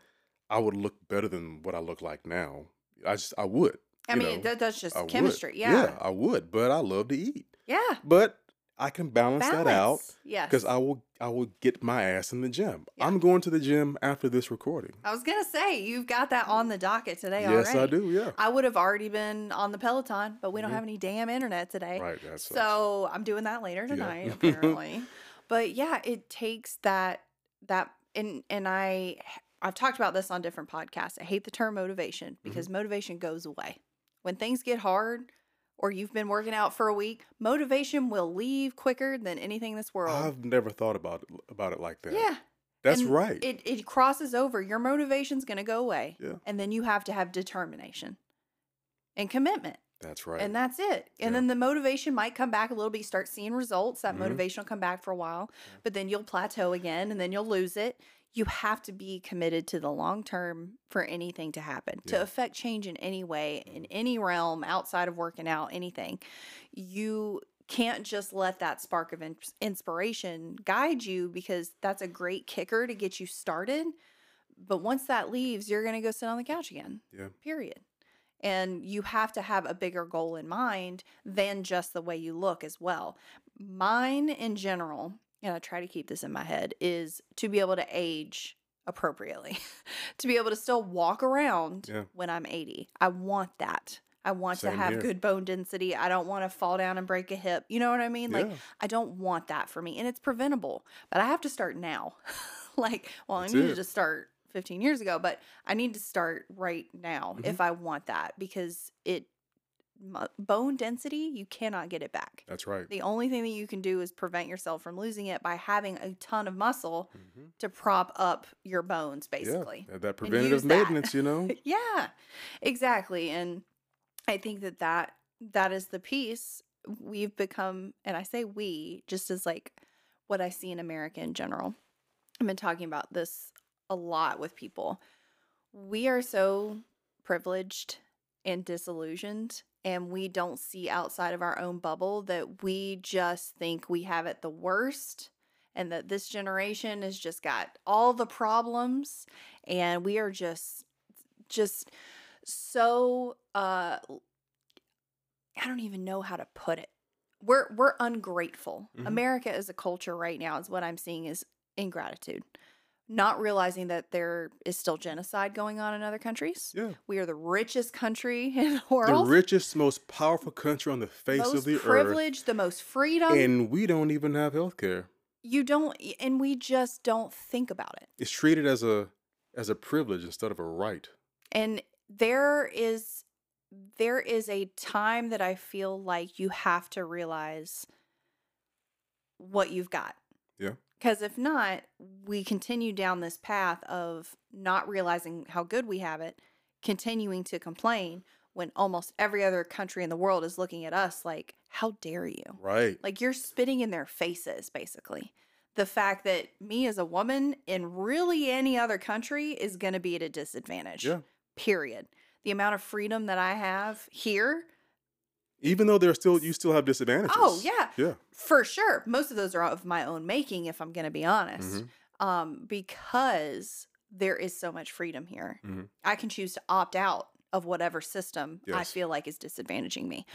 Speaker 2: I would look better than what I look like now. I just I would.
Speaker 1: I
Speaker 2: you
Speaker 1: mean,
Speaker 2: know,
Speaker 1: that, that's just
Speaker 2: I would.
Speaker 1: chemistry.
Speaker 2: yeah, I would. But I love to eat.
Speaker 1: Yeah. yeah.
Speaker 2: But I can balance, that out
Speaker 1: Balance, Yes.
Speaker 2: because I will I will get my ass in the gym.
Speaker 1: Yeah.
Speaker 2: I'm going to the gym after this recording.
Speaker 1: I was gonna say you've got that on the docket today
Speaker 2: yes,
Speaker 1: already.
Speaker 2: I do. Yeah,
Speaker 1: I would have already been on the Peloton, but we don't
Speaker 2: Mhm.
Speaker 1: have any damn internet today.
Speaker 2: right. That's
Speaker 1: eh? So I'm doing that later
Speaker 2: Yeah.
Speaker 1: tonight, apparently. but yeah, it takes that that and and I I've talked about this on different podcasts. I hate the term motivation
Speaker 2: Mm-hmm.
Speaker 1: because motivation goes away. When things get hard or you've been working out for a week, motivation will leave quicker than anything in this world.
Speaker 2: I've never thought about it, about it like that.
Speaker 1: yeah.
Speaker 2: That's
Speaker 1: and
Speaker 2: right.
Speaker 1: It it crosses over. Your motivation's going to go away.
Speaker 2: Yeah.
Speaker 1: And then you have to have determination and commitment.
Speaker 2: that's right.
Speaker 1: And that's it. And
Speaker 2: Yeah.
Speaker 1: then the motivation might come back a little bit. You start seeing results. That
Speaker 2: Mhm.
Speaker 1: motivation will come back for a while,
Speaker 2: Yeah.
Speaker 1: but then you'll plateau again and then you'll lose it. You have to be committed to the long term for anything to happen, to
Speaker 2: Yeah. Mm-hmm.
Speaker 1: affect change in any way, in any realm outside of working out, anything. You can't just let that spark of ins- inspiration guide you because that's a great kicker to get you started. But once that leaves, you're going to go sit on the couch again.
Speaker 2: Yeah.
Speaker 1: Period. And you have to have a bigger goal in mind than just the way you look as well. Mine in general, and I try to keep this in my head, is to be able to age appropriately, to be able to still walk around
Speaker 2: Yeah.
Speaker 1: when I'm 80. I want that. I want to
Speaker 2: Same
Speaker 1: have
Speaker 2: here.
Speaker 1: good bone density. I don't want to fall down and break a hip. You know what I mean? Like,
Speaker 2: Yeah.
Speaker 1: I don't want that for me. And it's preventable, but I have to start now. like, well,
Speaker 2: That's
Speaker 1: I needed
Speaker 2: it.
Speaker 1: to start 15 years ago, but I need to start right now
Speaker 2: Mm-hmm.
Speaker 1: if I want that because it, mo- bone density, you cannot get it back.
Speaker 2: That's right.
Speaker 1: The only thing that you can do is prevent yourself from losing it by having a ton of muscle
Speaker 2: Mhm.
Speaker 1: to prop up your bones,
Speaker 2: Yeah.
Speaker 1: basically.
Speaker 2: that- That preventative
Speaker 1: that.
Speaker 2: maintenance, you know?
Speaker 1: yeah exactly. And I think that that, that is the piece we've become, and I say we just as like what I see in America in general. I've been talking about this a lot with people. We are so privileged and disillusioned, and we don't see outside of our own bubble that we just think we have it the worst. And that this generation has just got all the problems, and we are just, just so uh, I don't even know how to put it. We're we're ungrateful.
Speaker 2: Mhm.
Speaker 1: America as a culture right now is what I'm seeing is ingratitude. Not realizing that there is still genocide going on in other countries.
Speaker 2: Yeah.
Speaker 1: We are the richest country in the
Speaker 2: The
Speaker 1: world.
Speaker 2: richest, most powerful country on the face
Speaker 1: most
Speaker 2: of the earth.
Speaker 1: privilege, the most freedom.
Speaker 2: and we don't even have health care.
Speaker 1: you don't and we just don't think about it.
Speaker 2: It's treated as a as a privilege instead of a right.
Speaker 1: And there is there is a time that I feel like you have to realize what you've got.
Speaker 2: Yeah.
Speaker 1: Because if not, we continue down this path of not realizing how good we have it, continuing to complain when almost every other country in the world is looking at us like, how dare you?
Speaker 2: Right.
Speaker 1: Like you're spitting in their faces, basically. The fact that me as a woman in really any other country is going to be at a disadvantage.
Speaker 2: Yeah.
Speaker 1: Period. The amount of freedom that I have here,
Speaker 2: Even though there's still you still have disadvantages.
Speaker 1: Oh, yeah.
Speaker 2: Yeah.
Speaker 1: for sure, most of those are of my own making, if I'm going to be honest,
Speaker 2: Mhm.
Speaker 1: um, because there is so much freedom here.
Speaker 2: Mhm.
Speaker 1: I can choose to opt out of whatever system I
Speaker 2: Yes. Mm-hmm.
Speaker 1: feel like is disadvantaging me.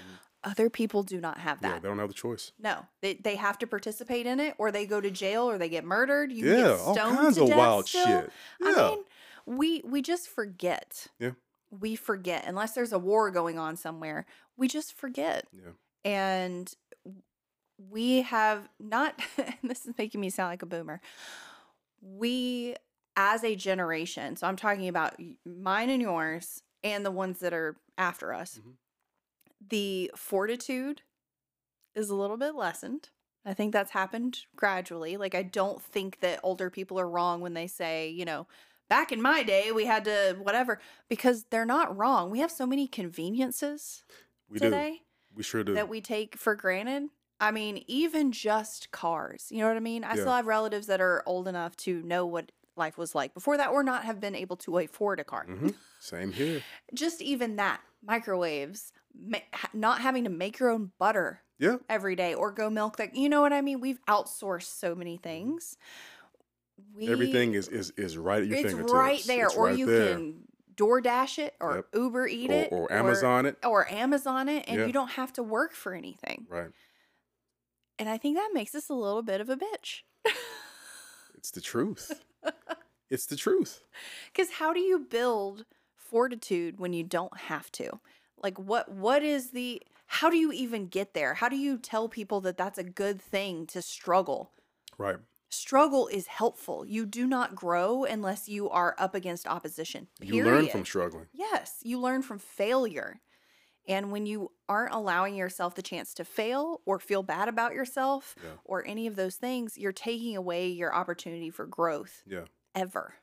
Speaker 1: Other people do not have
Speaker 2: Yeah,
Speaker 1: that.
Speaker 2: they don't have the choice.
Speaker 1: No, they, they have to participate in it, or they go to jail, or they get murdered. You
Speaker 2: yeah,
Speaker 1: get
Speaker 2: all
Speaker 1: stoned
Speaker 2: kinds
Speaker 1: to
Speaker 2: of
Speaker 1: death
Speaker 2: wild
Speaker 1: still.
Speaker 2: shit. Yeah.
Speaker 1: I mean, we we just forget.
Speaker 2: Yeah.
Speaker 1: we forget unless there's a war going on somewhere. We just forget,
Speaker 2: yeah.
Speaker 1: and we have not. this is making me sound like a boomer. We, as a generation, so I'm talking about y- mine and yours, and the ones that are after us.
Speaker 2: Mhm.
Speaker 1: The fortitude is a little bit lessened. I think that's happened gradually. Like, I don't think that older people are wrong when they say, you know, back in my day, we had to whatever, because they're not wrong. We have so many conveniences
Speaker 2: We
Speaker 1: today
Speaker 2: do. We sure do.
Speaker 1: that we take for granted. I mean, even just cars. You know what I mean? I
Speaker 2: Yeah.
Speaker 1: still have relatives that are old enough to know what life was like before that or not have been able to afford a car.
Speaker 2: Mhm. Same here.
Speaker 1: Just even that, microwaves, ma- ha- not having to make your own butter
Speaker 2: Yeah.
Speaker 1: every day or go milk that, you know what I mean? We've outsourced so many things. We,
Speaker 2: Mm-hmm. Everything is is is right at your
Speaker 1: it's
Speaker 2: fingertips.
Speaker 1: right there,
Speaker 2: It's
Speaker 1: or
Speaker 2: right
Speaker 1: you
Speaker 2: there.
Speaker 1: can DoorDash it or
Speaker 2: Yep.
Speaker 1: Uber Eat
Speaker 2: or,
Speaker 1: it
Speaker 2: or Amazon it.
Speaker 1: or Amazon it, and
Speaker 2: Yeah.
Speaker 1: you don't have to work for anything.
Speaker 2: Right.
Speaker 1: And I think that makes us a little bit of a bitch.
Speaker 2: It's the truth. it's the truth.
Speaker 1: Because how do you build fortitude when you don't have to? Like, what what is the? How do you even get there? How do you tell people that that's a good thing to struggle?
Speaker 2: Right.
Speaker 1: Struggle is helpful. You do not grow unless you are up against opposition.
Speaker 2: You learn
Speaker 1: period.
Speaker 2: from struggling.
Speaker 1: Yes, you learn from failure. And when you aren't allowing yourself the chance to fail or feel bad about yourself
Speaker 2: Yeah.
Speaker 1: or any of those things, you're taking away your opportunity for growth
Speaker 2: Yeah.
Speaker 1: ever.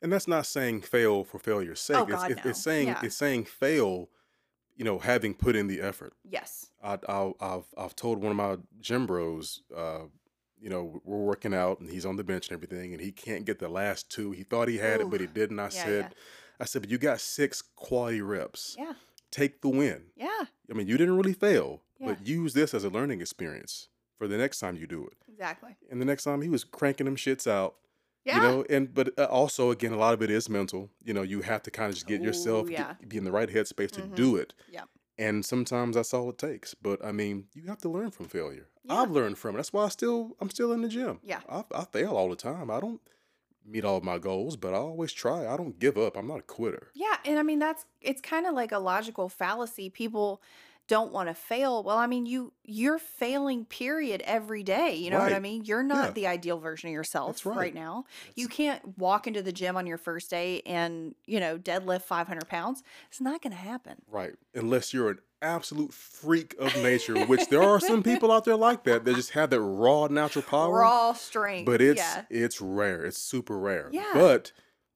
Speaker 2: And that's not saying fail for failure's sake. it's,
Speaker 1: Oh, God,
Speaker 2: it's, it's
Speaker 1: no.
Speaker 2: saying
Speaker 1: Yeah.
Speaker 2: it's saying fail, you know, having put in the effort.
Speaker 1: Yes.
Speaker 2: I, I, I've I've told one of my gym bros, uh, you know, we're working out and he's on the bench and everything, and he can't get the last two. He thought he had
Speaker 1: Ooh.
Speaker 2: it, but he didn't. I
Speaker 1: Yeah,
Speaker 2: said,
Speaker 1: yeah.
Speaker 2: I said, but you got six quality reps.
Speaker 1: Yeah.
Speaker 2: Take the win.
Speaker 1: Yeah.
Speaker 2: I mean, you didn't really fail,
Speaker 1: Yeah.
Speaker 2: but use this as a learning experience for the next time you do it.
Speaker 1: Exactly.
Speaker 2: And the next time he was cranking them shits out,
Speaker 1: Yeah.
Speaker 2: You know, and but uh, also again, a lot of it is mental. You know, you have to kind of just get
Speaker 1: Ooh,
Speaker 2: yourself
Speaker 1: yeah.
Speaker 2: get- be in the right headspace to
Speaker 1: Mhm.
Speaker 2: do it.
Speaker 1: Yep.
Speaker 2: And sometimes that's all it takes. But I mean, you have to learn from failure.
Speaker 1: Yeah.
Speaker 2: I've learned from it. That's why I still I'm still in the gym.
Speaker 1: Yeah.
Speaker 2: I, I fail all the time. I don't meet all of my goals, but I always try. I don't give up. I'm not a quitter.
Speaker 1: Yeah, and I mean that's it's kind of like a logical fallacy. People don't want to fail. Well, I mean you you're failing period every day. You know what I
Speaker 2: Right.
Speaker 1: mean? You're not
Speaker 2: Yeah.
Speaker 1: the ideal version of yourself
Speaker 2: right.
Speaker 1: now. you can't walk into the gym on your first day and, you know, deadlift 500 pounds. It's not going to happen.
Speaker 2: Right. Unless you're an absolute freak of nature, which there are some people out there like that that just have that raw natural power.
Speaker 1: Raw strength.
Speaker 2: But it's
Speaker 1: yeah,
Speaker 2: it's rare. It's super rare.
Speaker 1: Yeah.
Speaker 2: But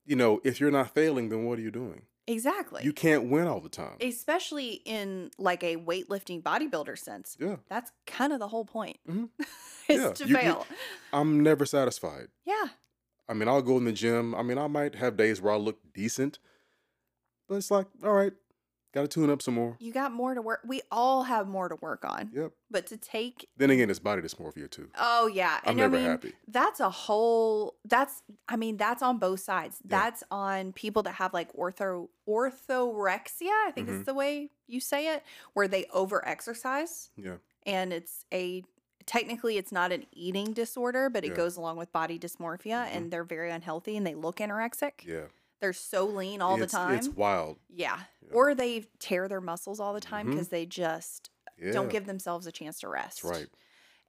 Speaker 2: you know, if you're not failing, then what are you doing?
Speaker 1: exactly.
Speaker 2: You can't win all the time.
Speaker 1: Especially in like a weightlifting bodybuilder sense.
Speaker 2: Yeah.
Speaker 1: That's kind of the whole point.
Speaker 2: Mhm.
Speaker 1: is
Speaker 2: Yeah,
Speaker 1: to
Speaker 2: you- you-
Speaker 1: fail.
Speaker 2: I'm never satisfied.
Speaker 1: yeah.
Speaker 2: I mean, I'll go in the gym. I mean, I might have days where I look decent, but it's like, all right, got to tune up some more.
Speaker 1: You got more to work. We all have more to work on.
Speaker 2: Yep.
Speaker 1: But to take
Speaker 2: Then again, it's body dysmorphia too.
Speaker 1: Oh yeah,
Speaker 2: I'm
Speaker 1: and I
Speaker 2: never
Speaker 1: mean
Speaker 2: happy.
Speaker 1: that's a whole that's I mean that's on both sides.
Speaker 2: Yeah.
Speaker 1: That's on people that have like ortho orthorexia, I think is
Speaker 2: Mhm.
Speaker 1: the way you say it, where they overexercise
Speaker 2: Yeah.
Speaker 1: and it's a technically it's not an eating disorder, but it
Speaker 2: Yeah.
Speaker 1: goes along with body dysmorphia
Speaker 2: Mhm.
Speaker 1: and they're very unhealthy and they look anorexic.
Speaker 2: Yeah.
Speaker 1: They're so lean all
Speaker 2: It's-
Speaker 1: the time.
Speaker 2: It's wild.
Speaker 1: yeah.
Speaker 2: Yeah.
Speaker 1: Or they tear their muscles all the time
Speaker 2: Mhm.
Speaker 1: because they just
Speaker 2: Yeah.
Speaker 1: don't give themselves a chance to rest
Speaker 2: That's right.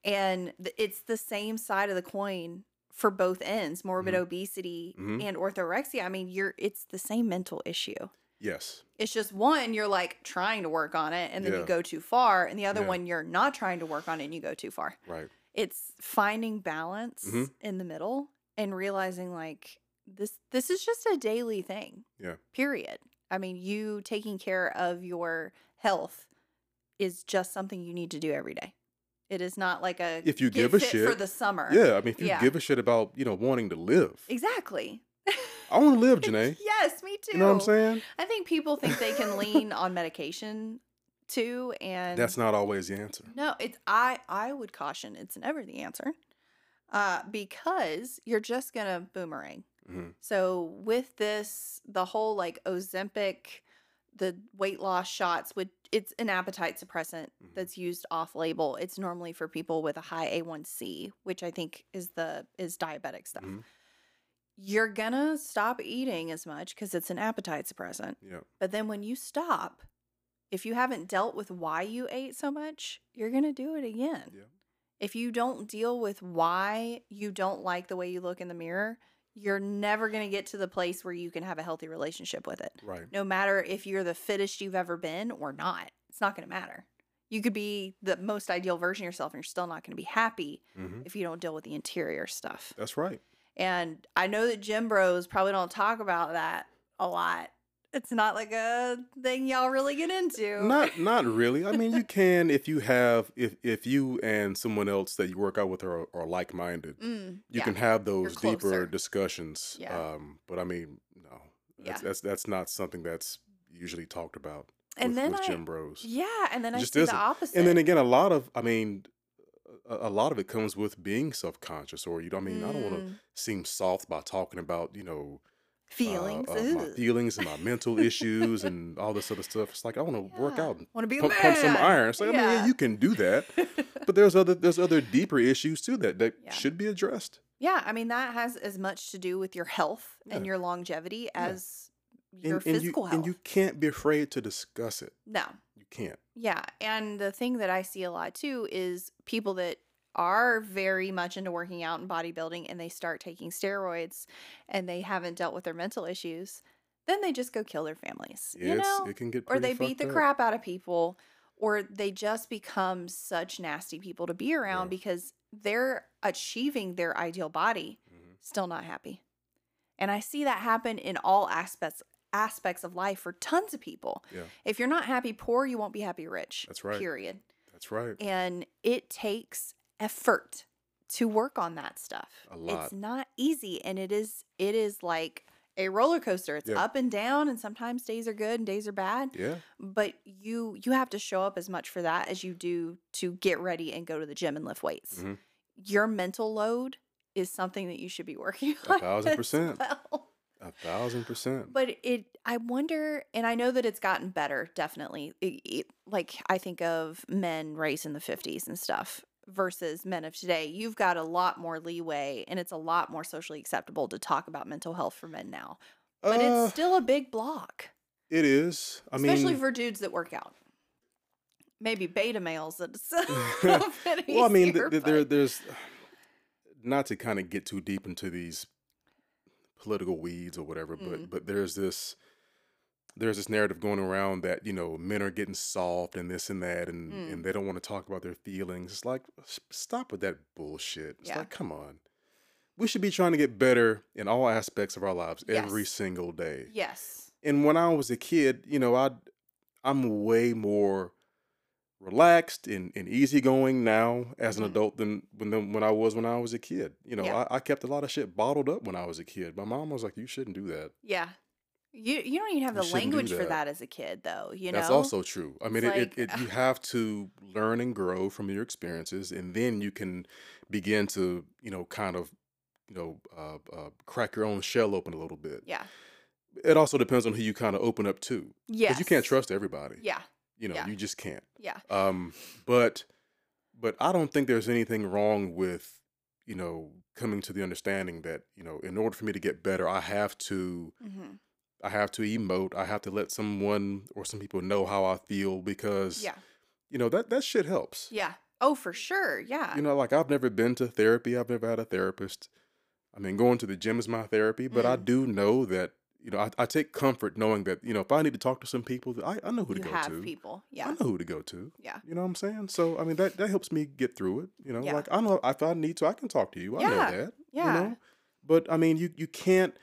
Speaker 1: and th- it's the same side of the coin for both ends morbid
Speaker 2: Mhm.
Speaker 1: obesity
Speaker 2: Mhm.
Speaker 1: and orthorexia i mean you're it's the same mental issue
Speaker 2: Yes.
Speaker 1: it's just one you're like trying to work on it and then you
Speaker 2: Yeah.
Speaker 1: go too far and the other
Speaker 2: Yeah.
Speaker 1: one you're not trying to work on it and you go too far
Speaker 2: Right.
Speaker 1: it's finding balance
Speaker 2: Mhm.
Speaker 1: in the middle and realizing like this this is just a daily thing
Speaker 2: Yeah.
Speaker 1: period i mean you taking care of your health is just something you need to do every day it is not like a
Speaker 2: If you
Speaker 1: get
Speaker 2: give a
Speaker 1: fit for
Speaker 2: shit,
Speaker 1: the summer
Speaker 2: Yeah. I mean, if you
Speaker 1: Yeah.
Speaker 2: give a shit about, you know, wanting to live,
Speaker 1: exactly
Speaker 2: I want to live, Janae.
Speaker 1: yes me too
Speaker 2: You know what I'm saying?
Speaker 1: i think people think they can lean on medication too and
Speaker 2: That's not always the answer.
Speaker 1: No, it's I I would caution it's never the answer. Uh, because you're just gonna boomerang.
Speaker 2: Mhm.
Speaker 1: So with this, the whole like Ozempic, the weight loss shots, would it's an appetite suppressant
Speaker 2: Mhm.
Speaker 1: that's used off label. It's normally for people with a high A1C, which I think is the is diabetic stuff.
Speaker 2: Mhm.
Speaker 1: You're gonna stop eating as much because it's an appetite suppressant.
Speaker 2: Yeah.
Speaker 1: But then when you stop, if you haven't dealt with why you ate so much, you're going to do it again.
Speaker 2: Yeah.
Speaker 1: If you don't deal with why you don't like the way you look in the mirror, you're never going to get to the place where you can have a healthy relationship with it.
Speaker 2: Right.
Speaker 1: No matter if you're the fittest you've ever been or not, it's not going to matter. You could be the most ideal version of yourself and you're still not going to be happy
Speaker 2: hmm
Speaker 1: if you don't deal with the interior stuff.
Speaker 2: That's right.
Speaker 1: And I know that gym bros probably don't talk about that a lot. It's not like a thing y'all really get into.
Speaker 2: Not not really. I mean, you can if you have if if you and someone else that you work out with are are like minded.
Speaker 1: Mm,
Speaker 2: You
Speaker 1: yeah.
Speaker 2: can have those
Speaker 1: closer.
Speaker 2: deeper discussions.
Speaker 1: Yeah.
Speaker 2: Um, but I mean, no,
Speaker 1: Yeah.
Speaker 2: that's, that's that's not something that's usually talked about
Speaker 1: and
Speaker 2: with,
Speaker 1: then
Speaker 2: with
Speaker 1: I,
Speaker 2: gym bros.
Speaker 1: yeah, and then I
Speaker 2: just
Speaker 1: see the
Speaker 2: isn't.
Speaker 1: opposite.
Speaker 2: And then again, a lot of I mean, a, a lot of it comes with being self conscious, or you know, I mean, I don't uh, want to
Speaker 1: Mm,
Speaker 2: seem soft by talking about you know
Speaker 1: feelings.
Speaker 2: uh, uh, my feelings and my mental issues and all this other stuff. It's like I want to work out and
Speaker 1: Want to be a
Speaker 2: pump,
Speaker 1: man.
Speaker 2: pump some iron. It's like I mean,
Speaker 1: Yeah.
Speaker 2: yeah, you can do that, but there's other there's other deeper issues too that that
Speaker 1: Yeah.
Speaker 2: should be addressed.
Speaker 1: yeah, I mean that has as much to do with your health and
Speaker 2: Yeah.
Speaker 1: your longevity as your
Speaker 2: and, and you
Speaker 1: physical health.
Speaker 2: and you can't be afraid to discuss it.
Speaker 1: no,
Speaker 2: You can't.
Speaker 1: Yeah. And the thing that I see a lot too is people that are very much into working out and bodybuilding and they start taking steroids and they haven't dealt with their mental issues, then they just go kill their families. you
Speaker 2: it's,
Speaker 1: know?
Speaker 2: it can get
Speaker 1: or
Speaker 2: pretty
Speaker 1: they beat
Speaker 2: fucked
Speaker 1: the
Speaker 2: up.
Speaker 1: crap out of people or they just become such nasty people to be around
Speaker 2: Yeah.
Speaker 1: because they're achieving their ideal body
Speaker 2: Mhm.
Speaker 1: still not happy. And I see that happen in all aspects aspects of life for tons of people.
Speaker 2: Yeah.
Speaker 1: If you're not happy poor, you won't be happy rich.
Speaker 2: That's right.
Speaker 1: Period.
Speaker 2: That's right.
Speaker 1: And it takes effort to work on that stuff.
Speaker 2: A lot.
Speaker 1: It's not easy and it is it is like a roller coaster. It's
Speaker 2: Yeah.
Speaker 1: up and down and sometimes days are good and days are bad,
Speaker 2: Yeah.
Speaker 1: but you you have to show up as much for that as you do to get ready and go to the gym and lift weights.
Speaker 2: Mhm.
Speaker 1: Your mental load is something that you should be working
Speaker 2: A
Speaker 1: on.
Speaker 2: thousand
Speaker 1: as
Speaker 2: percent.
Speaker 1: well.
Speaker 2: A thousand percent.
Speaker 1: But it, I wonder, and I know that it's gotten better, definitely. It- it- like I think of men raised in the 50s and stuff versus men of today. You've got a lot more leeway and it's a lot more socially acceptable to talk about mental health for men now. But
Speaker 2: Uh,
Speaker 1: it's still a big block,
Speaker 2: it is. I
Speaker 1: especially
Speaker 2: mean,
Speaker 1: for dudes that work out. Maybe beta males that's a
Speaker 2: Well,
Speaker 1: little bit
Speaker 2: well, I mean,
Speaker 1: easier,
Speaker 2: th- th- there,
Speaker 1: but-
Speaker 2: there's not to kind of get too deep into these political weeds or whatever,
Speaker 1: Mm.
Speaker 2: but but there's this there's this narrative going around that you know men are getting soft and this and that, and
Speaker 1: Mm.
Speaker 2: and they don't want to talk about their feelings. It's like s- stop with that bullshit. It's
Speaker 1: Yeah.
Speaker 2: like come on. We should be trying to get better in all aspects of our lives every
Speaker 1: Yes.
Speaker 2: single day
Speaker 1: yes.
Speaker 2: and when I was a kid, you know, I I'm way more relaxed and, and easygoing now as an
Speaker 1: Mhm.
Speaker 2: adult than when than when I was when I was a kid. You know,
Speaker 1: Yeah.
Speaker 2: I, I kept a lot of shit bottled up when I was a kid. My mom was like, "You shouldn't do that."
Speaker 1: Yeah. You you don't even have
Speaker 2: You
Speaker 1: the
Speaker 2: shouldn't do
Speaker 1: language for
Speaker 2: that.
Speaker 1: that as a kid though, you know.
Speaker 2: That's also true. I mean, it,
Speaker 1: It's
Speaker 2: it,
Speaker 1: like-
Speaker 2: it you have to learn and grow from your experiences, and then you can begin to you know kind of you know uh, uh, crack your own shell open a little bit.
Speaker 1: Yeah.
Speaker 2: It also depends on who you kind of open up to,
Speaker 1: Yeah.
Speaker 2: because you can't trust everybody.
Speaker 1: Yeah.
Speaker 2: You know,
Speaker 1: yeah.
Speaker 2: you just can't.
Speaker 1: Yeah.
Speaker 2: Um, but but I don't think there's anything wrong with you know coming to the understanding that you know in order for me to get better, I have to
Speaker 1: hmm
Speaker 2: I have to emote. I have to let someone or some people know how I feel because
Speaker 1: Yeah.
Speaker 2: you know that that shit helps.
Speaker 1: Yeah. Oh, for sure. Yeah.
Speaker 2: You know, like I've never been to therapy. I've never had a therapist. I mean, going to the gym is my therapy, but
Speaker 1: Mm-hmm.
Speaker 2: I do know that you know I, I take comfort knowing that you know if I need to talk to some people, I I know who to
Speaker 1: you
Speaker 2: go
Speaker 1: have
Speaker 2: to.
Speaker 1: people.
Speaker 2: I
Speaker 1: Yeah.
Speaker 2: know who to go to.
Speaker 1: Yeah.
Speaker 2: You know what I'm saying? So I mean that that helps me get through it. You know,
Speaker 1: Yeah.
Speaker 2: like I know if I need to, I can talk to you. I know
Speaker 1: Yeah,
Speaker 2: that.
Speaker 1: Yeah.
Speaker 2: You know? But I mean you you can't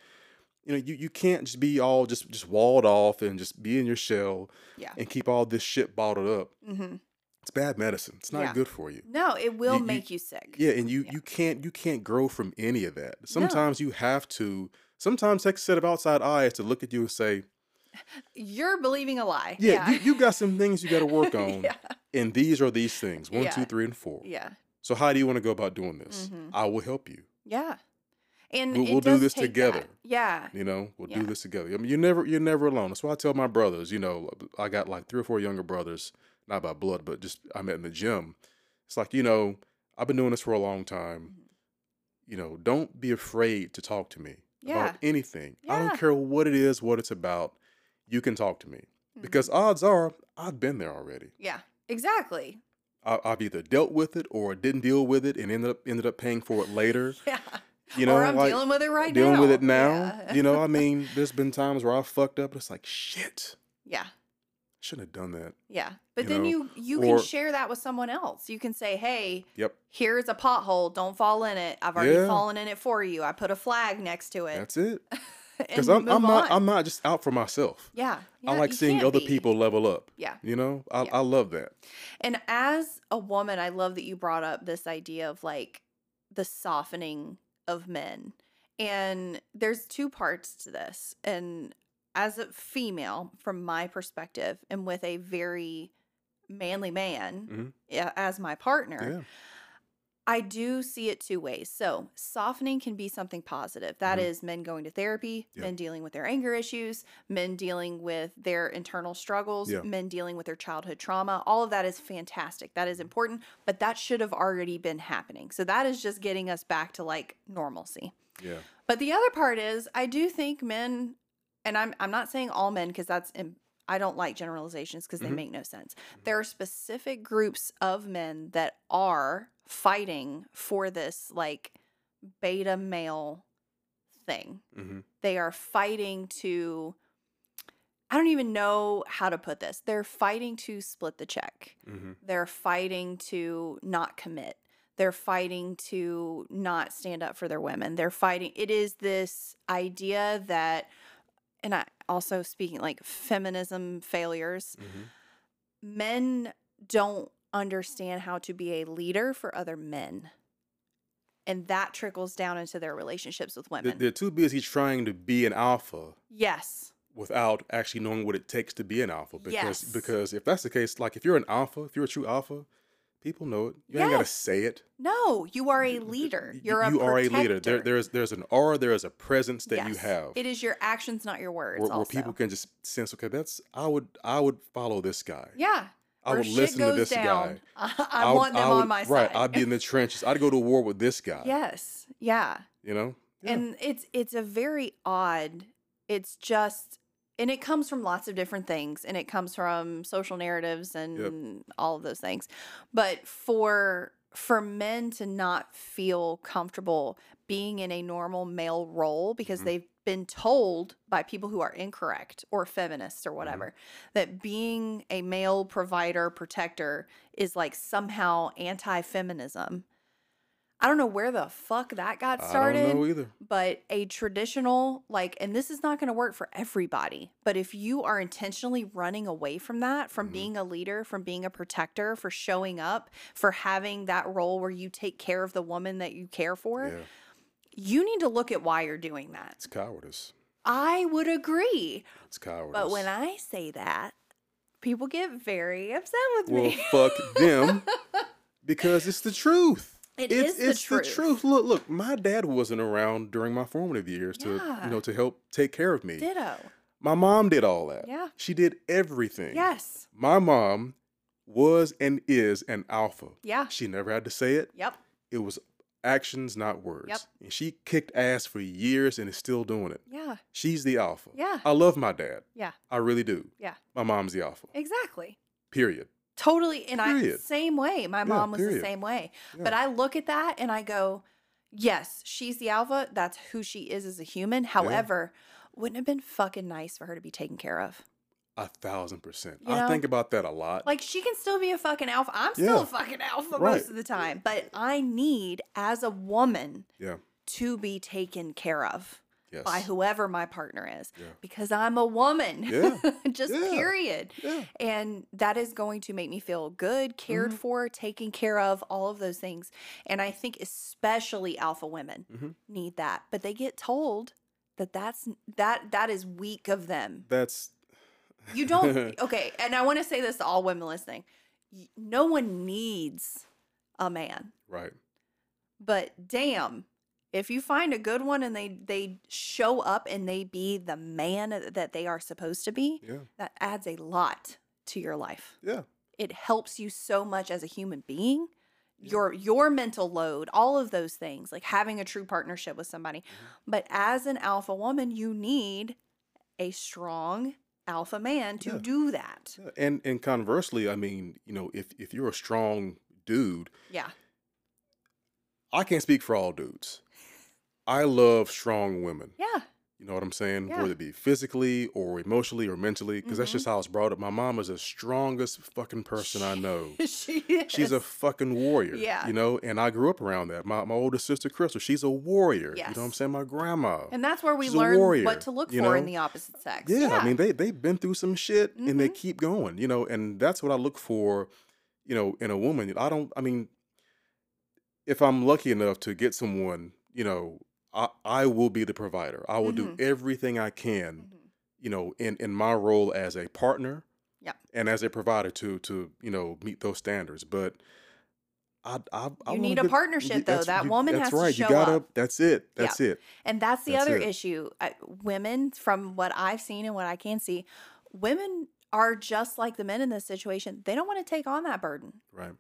Speaker 2: you know, you, you can't just be all just just walled off and just be in your shell
Speaker 1: Yeah.
Speaker 2: and keep all this shit bottled up.
Speaker 1: hmm
Speaker 2: It's bad medicine. It's not
Speaker 1: Yeah.
Speaker 2: good for you.
Speaker 1: No, it will
Speaker 2: You- you-
Speaker 1: make you sick.
Speaker 2: Yeah, and you
Speaker 1: Yeah.
Speaker 2: you can't you can't grow from any of that. Sometimes you have to sometimes that set of outside eye is to look at you and say,
Speaker 1: You're believing a lie.
Speaker 2: Yeah, You, you got some things you gotta work on.
Speaker 1: yeah.
Speaker 2: And these are these things. One, two, three,
Speaker 1: Yeah.
Speaker 2: and four.
Speaker 1: Yeah.
Speaker 2: So how do you want to go about doing this?
Speaker 1: Mhm.
Speaker 2: I will help you.
Speaker 1: Yeah. And
Speaker 2: We'll-
Speaker 1: it
Speaker 2: we'll do
Speaker 1: does
Speaker 2: this
Speaker 1: take that.
Speaker 2: together.
Speaker 1: Yeah.
Speaker 2: You know, we'll
Speaker 1: Yeah.
Speaker 2: do this together. I mean, you're never you're never alone. That's why I tell my brothers. You know, I got like three or four younger brothers, not by blood, but just I met in the gym. It's like you know, I've been doing this for a long time.
Speaker 1: Mhm.
Speaker 2: You know, don't be afraid to talk to me
Speaker 1: Yeah.
Speaker 2: about anything. I
Speaker 1: Yeah.
Speaker 2: don't care what it is, what it's about. You can talk to me
Speaker 1: Mm-hmm.
Speaker 2: because odds are I've been there already.
Speaker 1: Yeah. Exactly.
Speaker 2: I, I've either dealt with it or didn't deal with it and ended up ended up paying for it later.
Speaker 1: Yeah.
Speaker 2: You know,
Speaker 1: or I'm
Speaker 2: like,
Speaker 1: dealing with it right
Speaker 2: dealing
Speaker 1: now.
Speaker 2: with it now.
Speaker 1: Yeah.
Speaker 2: You know, I mean, there's been times where I fucked up. And it's like shit,
Speaker 1: yeah.
Speaker 2: shouldn't have done that.
Speaker 1: Yeah. But
Speaker 2: you
Speaker 1: then
Speaker 2: know,
Speaker 1: you you
Speaker 2: or-
Speaker 1: can share that with someone else. You can say, "Hey,
Speaker 2: Yep,
Speaker 1: here's a pothole. Don't fall in it. I've already
Speaker 2: Yeah.
Speaker 1: fallen in it for you. I put a flag next to it."
Speaker 2: that's it.
Speaker 1: and
Speaker 2: Because
Speaker 1: you
Speaker 2: I'm, I'm
Speaker 1: move
Speaker 2: not
Speaker 1: on.
Speaker 2: I'm not just out for myself.
Speaker 1: yeah,
Speaker 2: I
Speaker 1: yeah,
Speaker 2: like
Speaker 1: you
Speaker 2: seeing
Speaker 1: can't
Speaker 2: other
Speaker 1: be.
Speaker 2: people level up.
Speaker 1: Yeah.
Speaker 2: You know, I,
Speaker 1: Yeah.
Speaker 2: I love that.
Speaker 1: And as a woman, I love that you brought up this idea of like the softening of men. And there's two parts to this. And as a female, from my perspective, and with a very manly man
Speaker 2: Mhm.
Speaker 1: a- as my partner,
Speaker 2: Yeah,
Speaker 1: I do see it two ways. So, softening can be something positive. That
Speaker 2: Mhm.
Speaker 1: is men going to therapy,
Speaker 2: Yeah.
Speaker 1: men dealing with their anger issues, men dealing with their internal struggles,
Speaker 2: Yeah.
Speaker 1: men dealing with their childhood trauma. All of that is fantastic. That
Speaker 2: Mm-hmm.
Speaker 1: is important, but that should have already been happening. So, that is just getting us back to like normalcy.
Speaker 2: yeah,
Speaker 1: But the other part is, I do think men, and I'm I'm not saying all men because that's im- I don't like generalizations because they
Speaker 2: Mhm.
Speaker 1: make no sense. There are specific groups of men that are fighting for this like beta male thing.
Speaker 2: hmm
Speaker 1: They are fighting to. I don't even know how to put this. They're fighting to split the check.
Speaker 2: hmm
Speaker 1: They're fighting to not commit. They're fighting to not stand up for their women. They're fighting. It is this idea that, and I also speaking like feminism failures,
Speaker 2: hmm
Speaker 1: men don't understand how to be a leader for other men. And that trickles down into their relationships with
Speaker 2: They're,
Speaker 1: women.
Speaker 2: they're too busy trying to be an alpha
Speaker 1: yes.
Speaker 2: without actually knowing what it takes to be an alpha. Because
Speaker 1: Yes.
Speaker 2: because if that's the case, like if you're an alpha, if you're a true alpha, People know it. You ain't gotta
Speaker 1: Yes.
Speaker 2: say it.
Speaker 1: No, you are a leader.
Speaker 2: Y-
Speaker 1: You're a
Speaker 2: you are a leader. There,
Speaker 1: protector.
Speaker 2: there's there's an aura. There is a presence that you
Speaker 1: Yes.
Speaker 2: have.
Speaker 1: It is your actions, not your words.
Speaker 2: where, where
Speaker 1: also.
Speaker 2: people can just sense, okay, that's I would I would follow this guy.
Speaker 1: yeah.
Speaker 2: I
Speaker 1: Or
Speaker 2: would
Speaker 1: shit
Speaker 2: listen to
Speaker 1: goes
Speaker 2: this
Speaker 1: down.
Speaker 2: guy.
Speaker 1: I, I
Speaker 2: would-
Speaker 1: want them
Speaker 2: I would-
Speaker 1: on my
Speaker 2: Right.
Speaker 1: side.
Speaker 2: I'd be in the trenches. I'd go to war with this guy.
Speaker 1: yes. Yeah.
Speaker 2: You know? Yeah.
Speaker 1: and it's it's a very odd it's just and it comes from lots of different things and it comes from social narratives and all of those things but for for men to not feel comfortable being in a normal male role because
Speaker 2: Mhm.
Speaker 1: they've been told by people who are incorrect or feminists
Speaker 2: Mm-hmm.
Speaker 1: or whatever that being a male provider protector is like somehow anti-feminism i don't know where the fuck that got started
Speaker 2: I don't know either.
Speaker 1: but a traditional like and this is not going to work for everybody but if you are intentionally running away from that from
Speaker 2: Mhm.
Speaker 1: being a leader from being a protector for showing up for having that role where you take care of the woman that you care for
Speaker 2: Yeah.
Speaker 1: you need to look at why you're doing that
Speaker 2: It's cowardice.
Speaker 1: i would agree
Speaker 2: It's cowardice.
Speaker 1: but when i say that people get very upset with
Speaker 2: well,
Speaker 1: me
Speaker 2: fuck them, because it's the truth.
Speaker 1: It
Speaker 2: it's,
Speaker 1: is the
Speaker 2: it's
Speaker 1: truth.
Speaker 2: Look, look. My dad wasn't around during my formative years to
Speaker 1: Yeah.
Speaker 2: you know to help take care of me.
Speaker 1: ditto
Speaker 2: my mom did all that.
Speaker 1: Yeah.
Speaker 2: She did everything.
Speaker 1: yes
Speaker 2: My mom was and is an alpha.
Speaker 1: yeah
Speaker 2: She never had to say it.
Speaker 1: yep
Speaker 2: It was actions, not words.
Speaker 1: Yep.
Speaker 2: And she kicked ass for years and is still doing it.
Speaker 1: yeah
Speaker 2: She's the alpha.
Speaker 1: Yeah.
Speaker 2: I love my dad.
Speaker 1: Yeah.
Speaker 2: I really do.
Speaker 1: Yeah.
Speaker 2: My mom's the alpha.
Speaker 1: exactly
Speaker 2: Period.
Speaker 1: Totally. And I,
Speaker 2: Period.
Speaker 1: same way. My mom was the
Speaker 2: period.
Speaker 1: same way. But I look at that and I go, yes, she's the alpha. That's who she is as a human. However, wouldn't it have been fucking nice for her to be taken care of?
Speaker 2: A thousand percent.
Speaker 1: You
Speaker 2: I
Speaker 1: know?
Speaker 2: think about that a lot.
Speaker 1: Like she can still be a fucking alpha. I'm still
Speaker 2: Yeah.
Speaker 1: a fucking alpha
Speaker 2: Right.
Speaker 1: most of the time. But I need, as a woman,
Speaker 2: yeah.
Speaker 1: to be taken care of
Speaker 2: Yes.
Speaker 1: by whoever my partner is
Speaker 2: Yeah.
Speaker 1: because I'm a woman.
Speaker 2: Yeah.
Speaker 1: Just
Speaker 2: Yeah.
Speaker 1: period.
Speaker 2: Yeah.
Speaker 1: And that is going to make me feel good, cared for, taken care of, all of those things. And I think especially alpha women
Speaker 2: Mhm.
Speaker 1: need that, but they get told that that's that that is weak of them.
Speaker 2: That's
Speaker 1: You don't okay, and I want to say this to all women listening. Y- No one needs a man,
Speaker 2: right.
Speaker 1: but damn, if you find a good one and they they show up and they be the man that they are supposed to be,
Speaker 2: Yeah.
Speaker 1: that adds a lot to your life
Speaker 2: Yeah.
Speaker 1: it helps you so much as a human being
Speaker 2: Yeah.
Speaker 1: your your mental load all of those things like having a true partnership with somebody
Speaker 2: Mm-hmm.
Speaker 1: but as an alpha woman you need a strong alpha man to
Speaker 2: Yeah.
Speaker 1: do that
Speaker 2: Yeah. And and conversely, I mean, you know, if if you're a strong dude,
Speaker 1: yeah
Speaker 2: I can't speak for all dudes. I love strong women.
Speaker 1: yeah
Speaker 2: You know what I'm saying?
Speaker 1: Yeah.
Speaker 2: Whether it be physically or emotionally or mentally, because that's
Speaker 1: Mhm.
Speaker 2: just how I was brought up. My mom is the strongest fucking person I know.
Speaker 1: she is.
Speaker 2: She's a fucking warrior.
Speaker 1: Yeah.
Speaker 2: You know, and I grew up around that. My my older sister Crystal, she's a warrior. You
Speaker 1: Yes.
Speaker 2: know what I'm saying? My grandma.
Speaker 1: and that's where we
Speaker 2: she's a
Speaker 1: learn
Speaker 2: warrior,
Speaker 1: what to look for
Speaker 2: you
Speaker 1: in
Speaker 2: know?
Speaker 1: the opposite sex
Speaker 2: yeah, I mean they they've been through some shit and
Speaker 1: Mm-hmm.
Speaker 2: they keep going, you know, and that's what I look for, you know, in a woman. I don't I mean if I'm lucky enough to get someone, you know, I I will be the provider. I will
Speaker 1: Mm-hmm.
Speaker 2: do everything I can
Speaker 1: Mhm.
Speaker 2: you know, in in my role as a partner,
Speaker 1: Yeah.
Speaker 2: and as a provider to to you know meet those standards. But I, I, I
Speaker 1: You
Speaker 2: wanna
Speaker 1: need a
Speaker 2: get-
Speaker 1: partnership,
Speaker 2: y-
Speaker 1: though.
Speaker 2: that's-
Speaker 1: That
Speaker 2: you-
Speaker 1: woman
Speaker 2: that's
Speaker 1: has to
Speaker 2: right.
Speaker 1: show
Speaker 2: you gotta,
Speaker 1: up.
Speaker 2: That's it.
Speaker 1: Yeah.
Speaker 2: That's it.
Speaker 1: And that's the
Speaker 2: That's
Speaker 1: other
Speaker 2: it.
Speaker 1: issue. I, women, from what I've seen and what I can see, women are just like the men in this situation. They don't want to take on that burden.
Speaker 2: Right.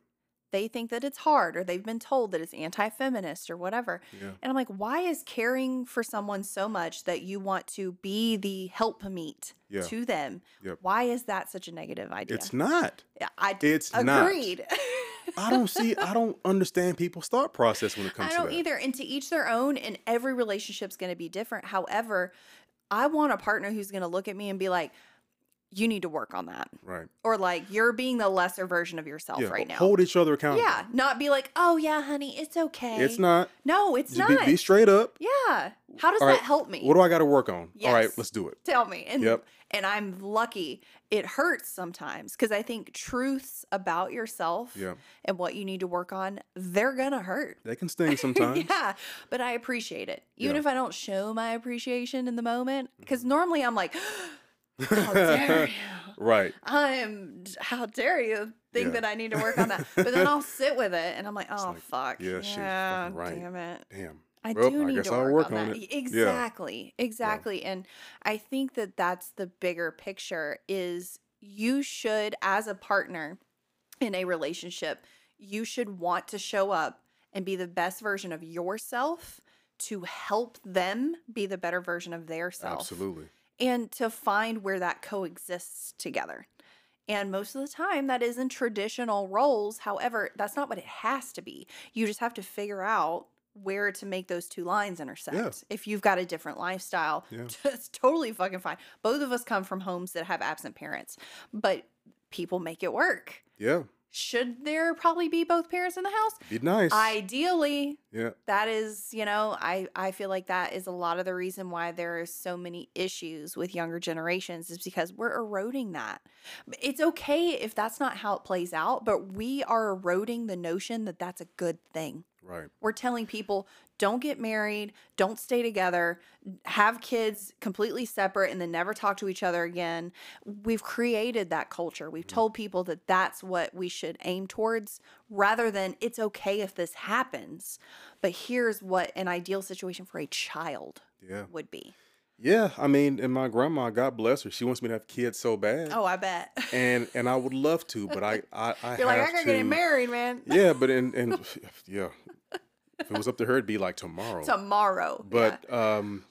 Speaker 1: They think that it's hard or they've been told that it's anti feminist or whatever.
Speaker 2: Yeah.
Speaker 1: And I'm like, why is caring for someone so much that you want to be the help meet
Speaker 2: Yeah.
Speaker 1: to them?
Speaker 2: Yep.
Speaker 1: Why is that such a negative idea?
Speaker 2: It's not.
Speaker 1: Yeah, I
Speaker 2: It's
Speaker 1: agreed.
Speaker 2: not. I don't see. I don't understand people's thought process when it comes
Speaker 1: I
Speaker 2: to
Speaker 1: don't
Speaker 2: that.
Speaker 1: either. And to each their own, and every relationship's going to be different. However, I want a partner who's going to look at me and be like, you need to work on that.
Speaker 2: Right.
Speaker 1: Or like, you're being the lesser version of yourself
Speaker 2: Yeah.
Speaker 1: right now.
Speaker 2: Hold each other accountable.
Speaker 1: yeah. Not be like, oh, yeah, honey, it's okay.
Speaker 2: It's not.
Speaker 1: No, it's
Speaker 2: Just
Speaker 1: not.
Speaker 2: Be, be straight up.
Speaker 1: yeah. How does
Speaker 2: All
Speaker 1: that
Speaker 2: right,
Speaker 1: help me?
Speaker 2: What do I got to work on? All right.
Speaker 1: Yes.
Speaker 2: Let's do it.
Speaker 1: Tell me. And
Speaker 2: Yep.
Speaker 1: and I'm lucky. It hurts sometimes because I think truths about yourself
Speaker 2: Yeah.
Speaker 1: and what you need to work on, they're gonna hurt.
Speaker 2: They can sting sometimes.
Speaker 1: Yeah, but I appreciate it. Even
Speaker 2: Yeah.
Speaker 1: if
Speaker 2: Mm-hmm.
Speaker 1: I don't show my appreciation in the moment, because normally I'm like, how dare you?
Speaker 2: Right.
Speaker 1: I'm, how dare you think
Speaker 2: Yeah.
Speaker 1: that I need to work on that. But then I'll sit with it and I'm like, oh,
Speaker 2: like,
Speaker 1: fuck.
Speaker 2: yeah, she's fucking right.
Speaker 1: Damn it.
Speaker 2: Damn.
Speaker 1: I
Speaker 2: Well,
Speaker 1: do
Speaker 2: I
Speaker 1: need
Speaker 2: guess
Speaker 1: to
Speaker 2: I'll
Speaker 1: work,
Speaker 2: work
Speaker 1: on,
Speaker 2: on
Speaker 1: that. E,
Speaker 2: it. Yeah.
Speaker 1: Exactly. Exactly. And I think that that's the bigger picture is you should as a partner in a relationship, you should want to show up and be the best version of yourself to help them be the better version of their self
Speaker 2: Absolutely.
Speaker 1: and to find where that coexists together. And most of the time, that is in traditional roles. However, that's not what it has to be. You just have to figure out where to make those two lines intersect. If you've got a different lifestyle,
Speaker 2: Yeah.
Speaker 1: that's totally fucking fine. Both of us come from homes that have absent parents, but people make it work.
Speaker 2: Yeah.
Speaker 1: Should there probably be both parents in the house?
Speaker 2: Be nice.
Speaker 1: Ideally,
Speaker 2: yeah.
Speaker 1: that is you know i i feel like that is a lot of the reason why there are so many issues with younger generations is because we're eroding that But it's okay if that's not how it plays out but we are eroding the notion that that's a good thing
Speaker 2: Right.
Speaker 1: we're telling people don't get married don't stay together have kids completely separate and then never talk to each other again we've created that culture
Speaker 2: Mm-hmm.
Speaker 1: we've told people that that's what we should aim towards rather than it's okay if this happens but here's what an ideal situation for a child
Speaker 2: Yeah.
Speaker 1: would be
Speaker 2: Yeah. I mean, and my grandma, God bless her, she wants me to have kids so bad.
Speaker 1: oh i bet
Speaker 2: And and I would love to, but I I, I
Speaker 1: you're like i
Speaker 2: have
Speaker 1: gotta
Speaker 2: to.
Speaker 1: get married man
Speaker 2: Yeah, but and and yeah, if it was up to her, it'd be like tomorrow.
Speaker 1: tomorrow
Speaker 2: but um,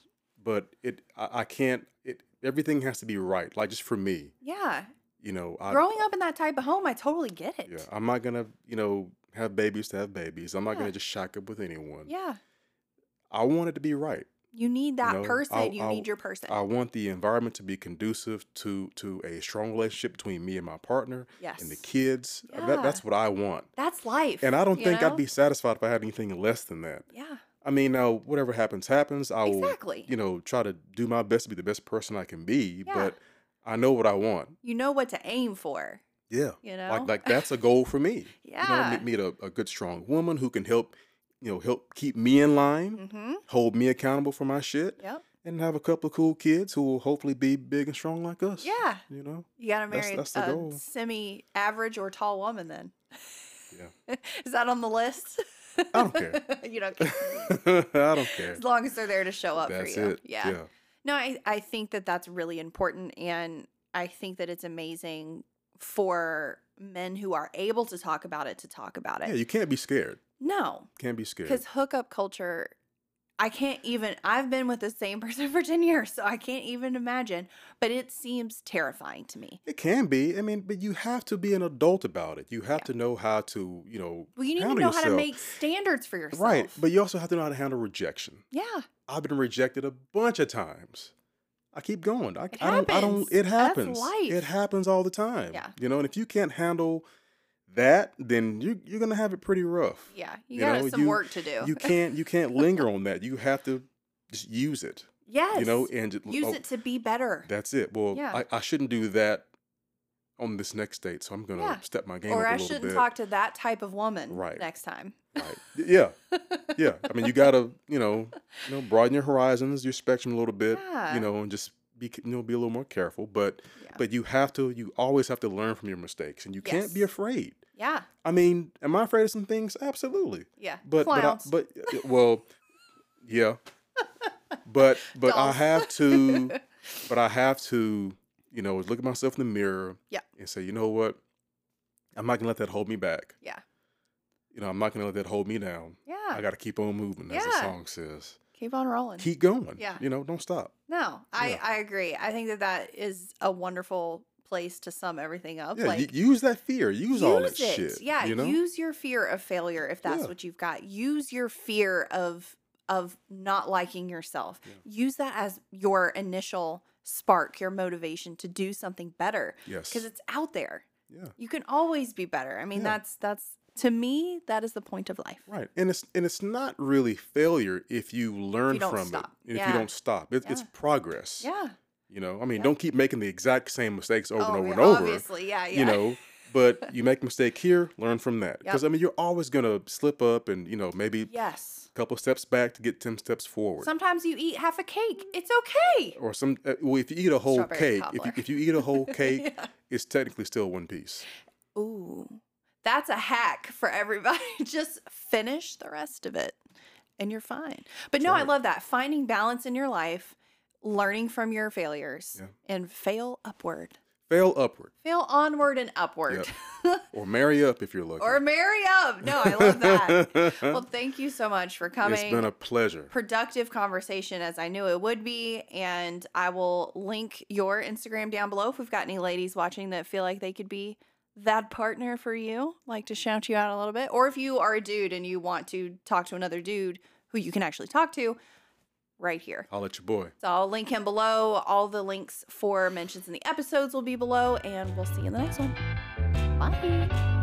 Speaker 2: but it I, I can't. It everything has to be right. Like just for me,
Speaker 1: yeah, yeah.
Speaker 2: you know. I,
Speaker 1: growing up in that type of home i totally get it
Speaker 2: Yeah, I'm not gonna, you know, have babies to have babies. I'm not
Speaker 1: Yeah.
Speaker 2: gonna just shack up with anyone.
Speaker 1: yeah.
Speaker 2: I want it to be right.
Speaker 1: You need that
Speaker 2: know,
Speaker 1: person.
Speaker 2: I'll-
Speaker 1: you
Speaker 2: I'll-
Speaker 1: need your person.
Speaker 2: I want the environment to be conducive to to a strong relationship between me and my partner
Speaker 1: yes.
Speaker 2: and the kids. Uh, That,
Speaker 1: Yeah.
Speaker 2: that's what I want.
Speaker 1: That's life.
Speaker 2: And I don't
Speaker 1: you
Speaker 2: think
Speaker 1: know?
Speaker 2: I'd be satisfied if I had anything less than that.
Speaker 1: Yeah.
Speaker 2: I mean, now whatever happens, happens. I will,
Speaker 1: Exactly.
Speaker 2: you know, try to do my best to be the best person I can be.
Speaker 1: Yeah.
Speaker 2: But I know what I want.
Speaker 1: You know what to aim for.
Speaker 2: Yeah.
Speaker 1: You know.
Speaker 2: Like like that's a goal for me. You know,
Speaker 1: yeah.
Speaker 2: meet, meet a, a good strong woman who can help, you know, help keep me in line,
Speaker 1: mm-hmm.
Speaker 2: hold me accountable for my shit,
Speaker 1: Yep.
Speaker 2: and have a couple of cool kids who will hopefully be big and strong like us.
Speaker 1: Yeah.
Speaker 2: You know?
Speaker 1: You gotta
Speaker 2: That's-
Speaker 1: marry
Speaker 2: that's the
Speaker 1: a
Speaker 2: goal.
Speaker 1: semi-average or tall woman then.
Speaker 2: Yeah.
Speaker 1: Is that on the list?
Speaker 2: I don't care.
Speaker 1: you don't care.
Speaker 2: I don't care.
Speaker 1: As long as they're there to show up
Speaker 2: That's
Speaker 1: for you.
Speaker 2: it.
Speaker 1: Yeah. No, I, I think that that's really important. And I think that it's amazing for men who are able to talk about it to talk about
Speaker 2: Yeah,
Speaker 1: it.
Speaker 2: you can't be scared.
Speaker 1: no,
Speaker 2: Can't be scared.
Speaker 1: Because hookup culture, I can't even, I've been with the same person for 10 years, so I can't even imagine, but it seems terrifying to me.
Speaker 2: It can be. I mean, but you have to be an adult about it. You have
Speaker 1: Yeah.
Speaker 2: to know how to, you know,
Speaker 1: Well, you need to
Speaker 2: handle
Speaker 1: know
Speaker 2: yourself.
Speaker 1: how to make standards for yourself.
Speaker 2: right. But you also have to know how to handle rejection.
Speaker 1: yeah,
Speaker 2: I've been rejected a bunch of times. I keep going. I,
Speaker 1: It
Speaker 2: I don't. I don't.
Speaker 1: happens.
Speaker 2: It
Speaker 1: That's
Speaker 2: happens.
Speaker 1: life.
Speaker 2: It happens all the time.
Speaker 1: Yeah.
Speaker 2: You know, and if you can't handle that, then you you're gonna have it pretty rough.
Speaker 1: yeah. You,
Speaker 2: You
Speaker 1: got
Speaker 2: know,
Speaker 1: some
Speaker 2: you-
Speaker 1: work to do.
Speaker 2: You can't. You can't linger on that. You have to just use it.
Speaker 1: yes.
Speaker 2: You know, and just-
Speaker 1: use
Speaker 2: oh,
Speaker 1: it to be better.
Speaker 2: That's it. Well,
Speaker 1: Yeah.
Speaker 2: I, I shouldn't do that on this next date. So I'm gonna
Speaker 1: Yeah.
Speaker 2: step my game
Speaker 1: Or
Speaker 2: up a
Speaker 1: I
Speaker 2: little
Speaker 1: shouldn't
Speaker 2: bit.
Speaker 1: talk to that type of woman
Speaker 2: Right.
Speaker 1: next time.
Speaker 2: Right. Yeah. Yeah. I mean, you gotta, you know, you know, broaden your horizons, your spectrum a little bit,
Speaker 1: Yeah.
Speaker 2: you know, and just be, c- you know, be a little more careful. But,
Speaker 1: Yeah.
Speaker 2: but you have to, you always have to learn from your mistakes, and you can't be
Speaker 1: Yes.
Speaker 2: afraid.
Speaker 1: Yeah.
Speaker 2: I mean, am I afraid of some things? Absolutely.
Speaker 1: Yeah.
Speaker 2: But,
Speaker 1: Clowns.
Speaker 2: but, I, but, uh, well, yeah. But, but I
Speaker 1: Dolls.
Speaker 2: have to, but I have to, you know, look at myself in the mirror,
Speaker 1: Yeah.
Speaker 2: and say, you know what, I'm not gonna let that hold me back.
Speaker 1: Yeah.
Speaker 2: You know, I'm not gonna let that hold me down.
Speaker 1: yeah.
Speaker 2: I got to keep on moving, as the
Speaker 1: Yeah.
Speaker 2: song says.
Speaker 1: Keep on rolling.
Speaker 2: Keep going.
Speaker 1: Yeah.
Speaker 2: You know, don't stop.
Speaker 1: No, I,
Speaker 2: Yeah.
Speaker 1: I agree. I think that that is a wonderful place to sum everything up.
Speaker 2: Yeah. y-
Speaker 1: like,
Speaker 2: use that fear. Use, all that
Speaker 1: it.
Speaker 2: shit.
Speaker 1: Yeah,
Speaker 2: You know.
Speaker 1: use your fear of failure if that's
Speaker 2: Yeah.
Speaker 1: what you've got. Use your fear of of not liking yourself. Use that as your initial spark, your motivation to do something better
Speaker 2: yes.
Speaker 1: because it's out there.
Speaker 2: yeah.
Speaker 1: You can always be better. I mean,
Speaker 2: Yeah.
Speaker 1: that's that's to me that is the point of life.
Speaker 2: Right. And it's and it's not really failure if you learn
Speaker 1: don't
Speaker 2: from
Speaker 1: stop.
Speaker 2: it. If
Speaker 1: Yeah.
Speaker 2: you don't stop, it, it's
Speaker 1: Yeah.
Speaker 2: progress.
Speaker 1: Yeah.
Speaker 2: You know. I mean,
Speaker 1: Yeah.
Speaker 2: don't keep making the exact same mistakes over and
Speaker 1: Oh,
Speaker 2: over
Speaker 1: yeah,
Speaker 2: and over.
Speaker 1: Obviously, yeah, yeah.
Speaker 2: You know. But you make a mistake here, learn from that.
Speaker 1: Yep.
Speaker 2: Because I mean, you're always gonna slip up and you know maybe
Speaker 1: yes.
Speaker 2: a couple steps back to get ten steps forward.
Speaker 1: Sometimes you eat half a cake. It's okay.
Speaker 2: or some uh, well, if you eat a whole
Speaker 1: Strawberry
Speaker 2: cake, if you,
Speaker 1: cobbler.
Speaker 2: if you eat a whole cake,
Speaker 1: Yeah.
Speaker 2: it's technically still one piece.
Speaker 1: Ooh, that's a hack for everybody. Just finish the rest of it and you're fine. But
Speaker 2: That's
Speaker 1: no, I
Speaker 2: right.
Speaker 1: love that. Finding balance in your life, learning from your failures,
Speaker 2: Yeah.
Speaker 1: and fail upward.
Speaker 2: Fail upward
Speaker 1: Fail onward and upward.
Speaker 2: or marry up if you're lucky.
Speaker 1: or marry up. No, I love that. well, thank you so much for coming.
Speaker 2: It's been a pleasure.
Speaker 1: productive conversation as I knew it would be. And I will link your Instagram down below if we've got any ladies watching that feel like they could be that partner for you, like to shout you out a little bit. Or if you are a dude and you want to talk to another dude who you can actually talk to, right here.
Speaker 2: I'll let your boy.
Speaker 1: So I'll link him below. All the links for mentions in the episodes will be below, and we'll see you in the next one. Bye.